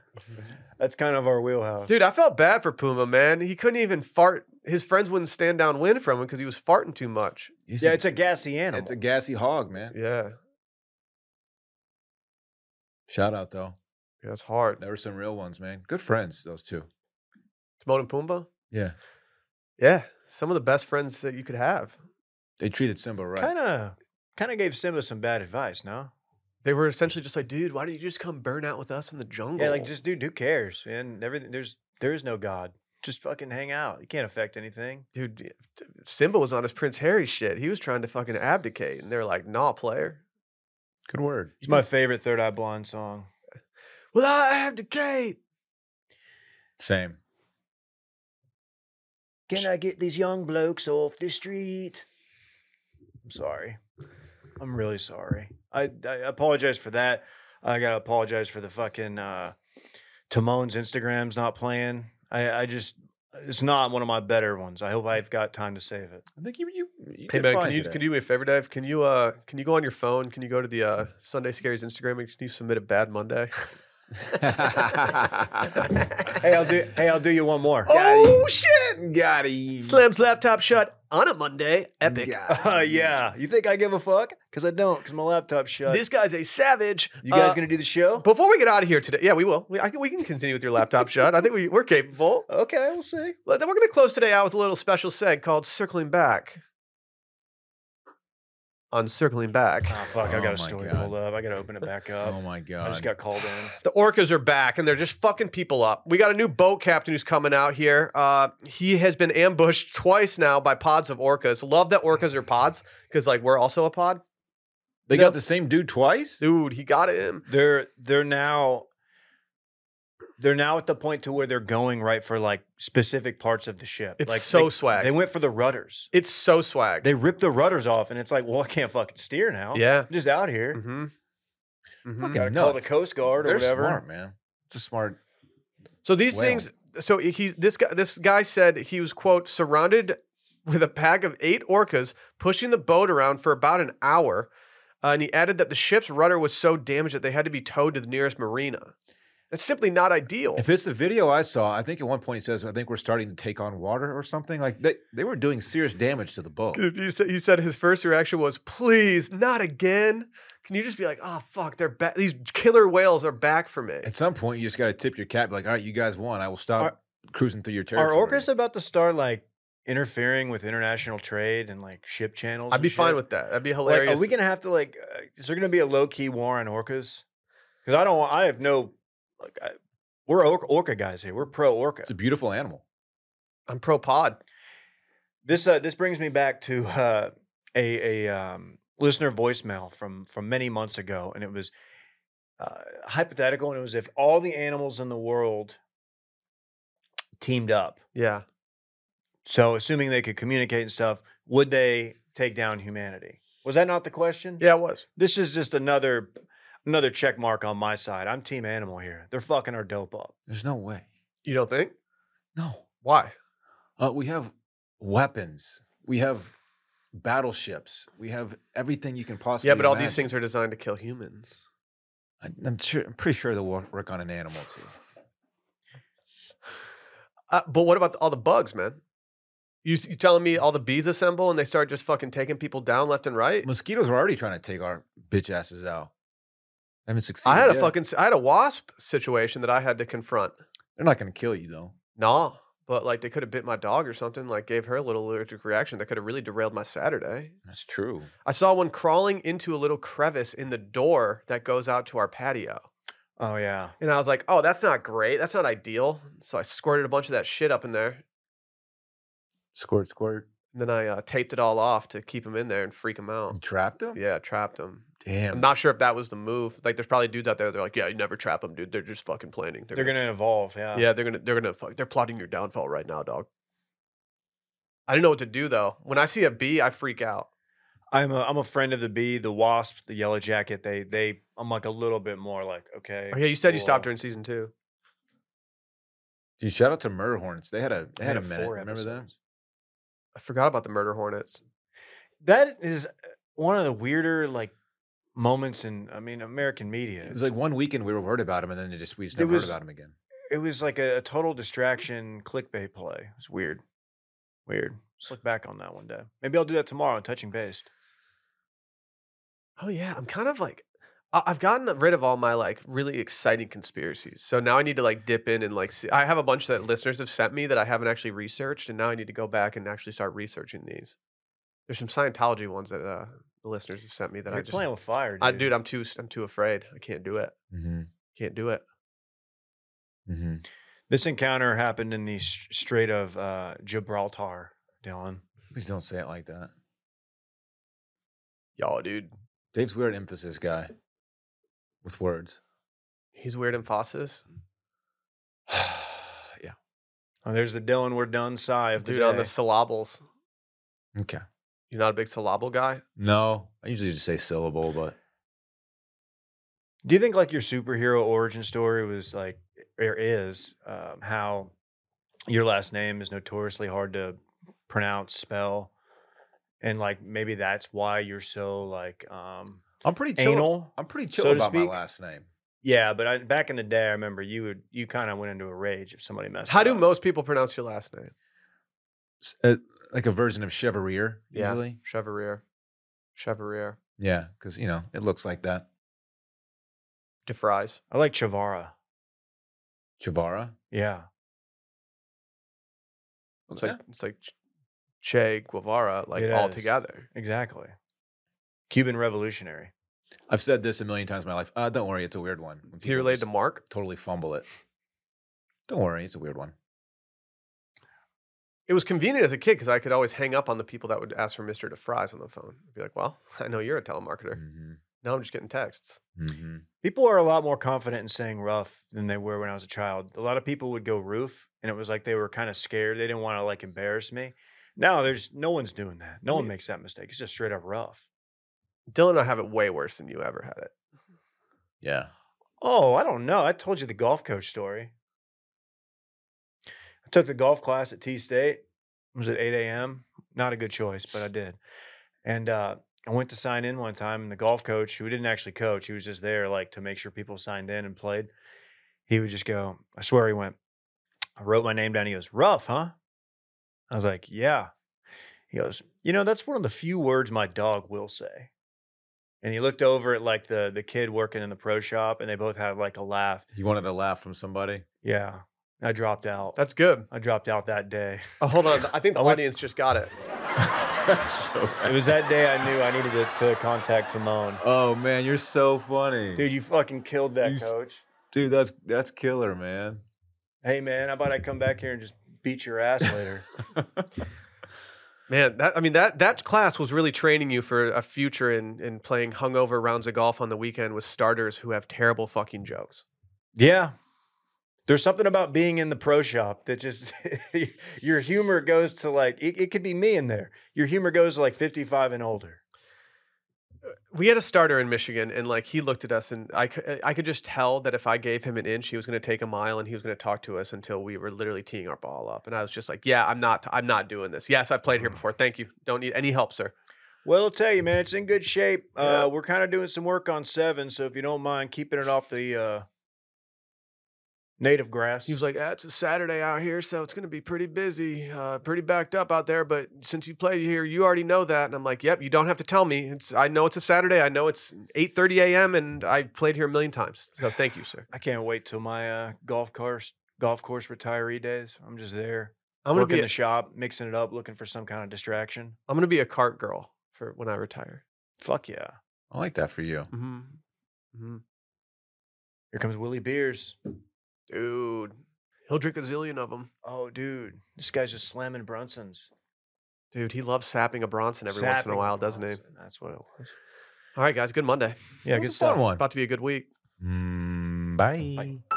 S2: That's kind of our wheelhouse.
S1: Dude, I felt bad for Puma, man. He couldn't even fart. His friends wouldn't stand down wind from him because he was farting too much.
S2: yeah, it's a gassy animal.
S3: it's a gassy hog, man.
S1: Yeah,
S3: Shout out though.
S1: that's hard.
S3: There were some real ones, man. Good friends, those two.
S1: Timon and Pumbaa?
S3: Yeah.
S1: Yeah, some of the best friends that you could have.
S3: They treated Simba right.
S2: kind of kind of gave Simba some bad advice, no?
S1: They were essentially just like, dude, why don't you just come burn out with us in the jungle?
S2: Yeah, like just dude, who cares? And everything there's there is no God. just fucking hang out. You can't affect anything.
S1: Dude, Simba was on his Prince Harry shit. He was trying to fucking abdicate, and they're like, "Nah, player."
S3: Good word.
S2: It's my favorite Third Eye Blind song.
S1: Well, I abdicate.
S3: Same.
S2: Can I get these young blokes off the street? I'm sorry. I'm really sorry. I, I apologize for that. I gotta apologize for the fucking uh, Timon's Instagram's not playing. I, I just it's not one of my better ones. I hope I've got time to save it.
S3: I think you you, you
S1: Hey man, can you can you do me a favor, Dave? Can you uh can you go on your phone? Can you go to the uh, Sunday Scaries Instagram and can you submit a bad <laughs> Monday?
S3: <laughs> Oh,
S2: Hey, I'll do. Hey, I'll do you one more.
S1: oh shit!
S3: Got him.
S1: Slams laptop shut on a Monday.
S5: <laughs>
S1: Epic.
S2: Uh, <laughs> yeah. You think I give a fuck? Because I don't. Because my laptop's shut.
S1: This guy's a savage.
S2: you guys
S1: Uh,
S2: gonna do the show?
S1: Before we get out of here today, yeah, we will. We, I can, we can continue with your laptop shut. I think we, we're capable.
S2: Okay, we'll see.
S1: Well, then We're going to close today out with a little special seg called Circling Back. On Circling Back.
S2: Oh, fuck! I
S3: Oh
S2: got
S3: my
S2: a story
S3: God.
S2: pulled up. I gotta open it back up.
S3: Oh my god.
S2: I just got called in.
S1: The orcas are back and they're just fucking people up. We got a new boat captain who's coming out here. Uh, he has been ambushed twice now by pods of orcas. Love that orcas are pods because, like, we're also a pod.
S3: they
S1: No.
S3: got the same dude twice.
S1: Dude, he got him.
S2: They're they're now they're now at the point to where they're going right for like specific parts of the ship.
S1: It's
S2: like
S1: so
S2: they,
S1: swag.
S2: They went for the rudders.
S1: It's so swag.
S2: They ripped the rudders off, and it's like, well, I can't fucking steer now.
S1: yeah.
S2: I'm just out here.
S1: Mm-hmm. Mm-hmm.
S3: Fucking
S2: Gotta call the
S3: nuts.
S2: Coast Guard or
S3: They're
S2: whatever.
S3: smart, man. It's a smart.
S1: So these
S3: Well.
S1: things. So he this guy this guy said he was quote surrounded with a pack of eight orcas pushing the boat around for about an hour, uh, and he added that the ship's rudder was so damaged that they had to be towed to the nearest marina. That's simply not ideal.
S3: If it's the video I saw, I think at one point he says, "I think we're starting to take on water or something." Like they they were doing serious damage to the boat.
S1: he, said, he said his first reaction was, "Please, not again." Can you just be like, "Oh fuck, they're back. These killer whales are back for me."
S3: At some point, you just got to tip your cap. Like, all right, you guys won. I will stop
S2: Are-
S3: cruising through your
S2: Are
S3: territory.
S2: orcas about to start like interfering with international trade and like ship channels?
S1: I'd
S2: and
S1: be fine
S2: shit?
S1: with that. That'd be
S2: Like,
S1: hilarious.
S2: are we gonna have to like? Uh, is there gonna be a low key war on orcas? Because I don't. want- I have no. Like, I, we're orca, orca guys here. We're pro orca.
S3: It's a beautiful animal.
S1: I'm pro pod.
S2: This uh, this brings me back to uh, a a um, listener voicemail from from many months ago, and it was uh, hypothetical, and it was if all the animals in the world teamed up.
S1: Yeah.
S2: So, assuming they could communicate and stuff, would they take down humanity? Was that not the question?
S1: Yeah, it was.
S2: This is just another another check mark on my side. I'm team animal here. They're fucking our dope up.
S3: There's no way.
S1: You don't think?
S3: No.
S1: Why?
S3: Uh, we have weapons. We have battleships. We have everything you can possibly.
S1: yeah, but all these
S3: imagine.
S1: things are designed to kill humans.
S3: I, I'm sure. I'm pretty sure they'll wor- work on an animal too.
S1: Uh, but what about all the bugs, man? You, s- you telling me all the bees assemble and they start just fucking taking people down left and right?
S3: Mosquitoes are already trying to take our bitch asses out. I haven't succeeded.
S1: I had a
S3: yet.
S1: fucking s- I had a wasp situation that I had to confront.
S3: They're not going to kill you though.
S1: Nah, but like they could have bit my dog or something. Like gave her a little allergic reaction that could have really derailed my Saturday.
S3: That's true.
S1: I saw one crawling into a little crevice in the door that goes out to our patio.
S2: Oh yeah.
S1: And I was like, oh, that's not great. That's not ideal. So I squirted a bunch of that shit up in there.
S3: Squirt, squirt.
S1: And then I uh, taped it all off to keep him in there and freak him out.
S3: You trapped them.
S1: Yeah, trapped him. I'm
S3: Damn.
S1: not sure if that was the move. Like, there's probably dudes out there. They're like, yeah, you never trap them, dude. They're just fucking planning.
S2: They're gonna uh evolve. Yeah.
S1: yeah, they're gonna, they're gonna fuck. They're plotting your downfall right now, dog. I don't know what to do though. When I see a bee, I freak out.
S2: I'm a I'm a friend of the bee, the wasp, the yellow jacket. They they I'm like a little bit more like okay.
S1: Oh, yeah, you said you stopped
S2: cool.
S1: during season two.
S3: Dude, shout out to Murder Hornets. They had a they had a
S2: had
S3: minute.
S2: four
S3: Remember them?
S2: episodes.
S1: I forgot about the murder hornets.
S2: That is uh, one of the weirder like moments in I mean American media.
S3: It was like one weekend we were worried about them, and then they just we just
S2: There
S3: never
S2: was-
S3: heard about them again.
S2: it was like a, a total distraction clickbait play. It was weird. Weird. Just look back on that one day. Maybe I'll do that tomorrow on touching base.
S1: Oh yeah, I'm kind of like, I- I've gotten rid of all my like really exciting conspiracies. So now I need to like dip in and like see. I have a bunch that listeners have sent me that I haven't actually researched, and now I need to go back and actually start researching these. There's some Scientology ones that uh, the listeners have sent me that
S2: You're
S1: I just
S2: playing with fire, dude.
S1: I, dude, I'm too, I'm too afraid. I can't do it.
S3: Mm-hmm.
S1: Can't do it.
S3: Mm-hmm.
S2: This encounter happened in the S- Strait of uh, Gibraltar, Dylan.
S3: Please don't say it like that.
S1: Y'all, dude.
S3: Dave's weird emphasis guy with words.
S1: He's weird and Fosses.
S3: yeah.
S2: Oh, there's the Dylan we're done sigh of the
S1: Dude, on the
S2: day.
S1: syllables.
S3: Okay.
S1: You're not a big syllable guy?
S3: No, I usually just say syllable, but
S2: Do you think like your superhero origin story was like or is um, how your last name is notoriously hard to pronounce, spell, and like maybe that's why you're so like um
S3: I'm pretty chill.
S2: anal.
S3: I'm pretty chill
S2: so to
S3: about my
S2: speak.
S3: last name.
S2: Yeah, but I, back in the day, I remember you would you kind of went into a rage if somebody messed.
S1: How
S2: it
S1: do
S2: up.
S1: most people pronounce your last name?
S3: S- uh, like a version of Chevalier,
S1: Yeah.
S3: usually.
S1: Chevalier. Chevalier.
S3: Yeah, because, you know, it looks like that.
S1: DeFries.
S2: I like Chavara.
S3: Chavara.
S2: Yeah,
S1: It's like it's like Ch- Che Guevara, like
S2: It
S1: all
S2: is.
S1: together.
S2: exactly. Cuban revolutionary.
S3: I've said this a million times in my life. Uh, don't worry, it's a weird one. When
S1: Is he
S3: people
S1: related to
S3: just
S1: Mark?
S3: totally fumble it. Don't worry, it's a weird one.
S1: It was convenient as a kid because I could always hang up on the people that would ask for Mr. DeFries on the phone. I'd be like, well, <laughs> I know you're a telemarketer.
S3: hmm
S1: Now I'm just getting texts.
S3: hmm
S2: People are a lot more confident in saying rough than they were when I was a child. A lot of people would go roof, and it was like they were kind of scared. They didn't want to like embarrass me. Now there's no one's doing that. No one
S1: Yeah.
S2: makes that mistake. It's just straight up rough.
S1: Dylan and I have it way worse than you ever had it.
S3: Yeah.
S2: Oh, I don't know. I told you the golf coach story. I took the golf class at T State. It was at 8 a.m. Not a good choice, but I did. And uh, I went to sign in one time, and the golf coach, who didn't actually coach, he was just there like to make sure people signed in and played. He would just go, I swear he went, I wrote my name down. He goes, Rough, huh? I was like, Yeah. He goes, You know, that's one of the few words my dog will say and he looked over at like the the kid working in the pro shop and they both had like a laugh
S3: You wanted a laugh from somebody? <laughs>
S2: yeah i dropped out
S1: That's good.
S2: i dropped out that day
S1: Oh, hold <laughs> on. I think the
S2: I went-
S1: audience just got it.
S3: so
S2: it was that day i knew i needed to, to contact timon
S3: Oh man, you're so funny.
S2: dude you fucking killed that
S3: You-
S2: coach
S3: Dude, that's that's killer, man.
S2: hey man how about i come back here and just beat your ass later
S1: Man, that I mean that that class was really training you for a future in in playing hungover rounds of golf on the weekend with starters who have terrible fucking jokes.
S2: yeah there's something about being in the pro shop that just <laughs> your humor goes to like it, it could be me in there your humor goes to like 55 and older
S1: We had a starter in Michigan, and like he looked at us, and I could, I could just tell that if I gave him an inch, he was going to take a mile, and he was going to talk to us until we were literally teeing our ball up. And I was just like, "Yeah, I'm not, I'm not doing this. Yes, I've played here before. Thank you. Don't need any help, sir."
S2: Well, I'll tell you, man, it's in good shape.
S1: Yeah.
S2: Uh, we're kind of doing some work on seven, so if you don't mind keeping it off the uh, native grass.
S1: He was like, "Ah, "It's a Saturday out here, so it's going to be pretty busy, uh, pretty backed up out there. But since you played here, you already know that." And I'm like, "Yep, you don't have to tell me. It's I know it's a Saturday. I know it's 8:30 a.m. and I played here a million times. So thank you, sir.
S2: I can't wait till my uh, golf course golf course retiree days. I'm just there,
S1: I'm gonna
S2: working
S1: be
S2: the
S1: a,
S2: shop, mixing it up, looking for some kind of distraction.
S1: I'm gonna be a cart girl for when I retire."
S2: Fuck yeah!
S3: I like that for you.
S1: Mm-hmm. Mm-hmm.
S2: Here comes Willie Beers.
S1: Dude, he'll drink a zillion of them.
S2: Oh, dude, this guy's just slamming Brunsons.
S1: Dude, he loves sapping a Bronson every once in
S2: Sapping
S1: a while, doesn't he?
S2: Bronson, That's what it was.
S1: All right, guys, good Monday.
S2: Yeah,
S3: That was
S2: good
S3: a fun
S2: stuff.
S3: one.
S1: About to be a good week.
S3: Mm, bye.
S2: Bye.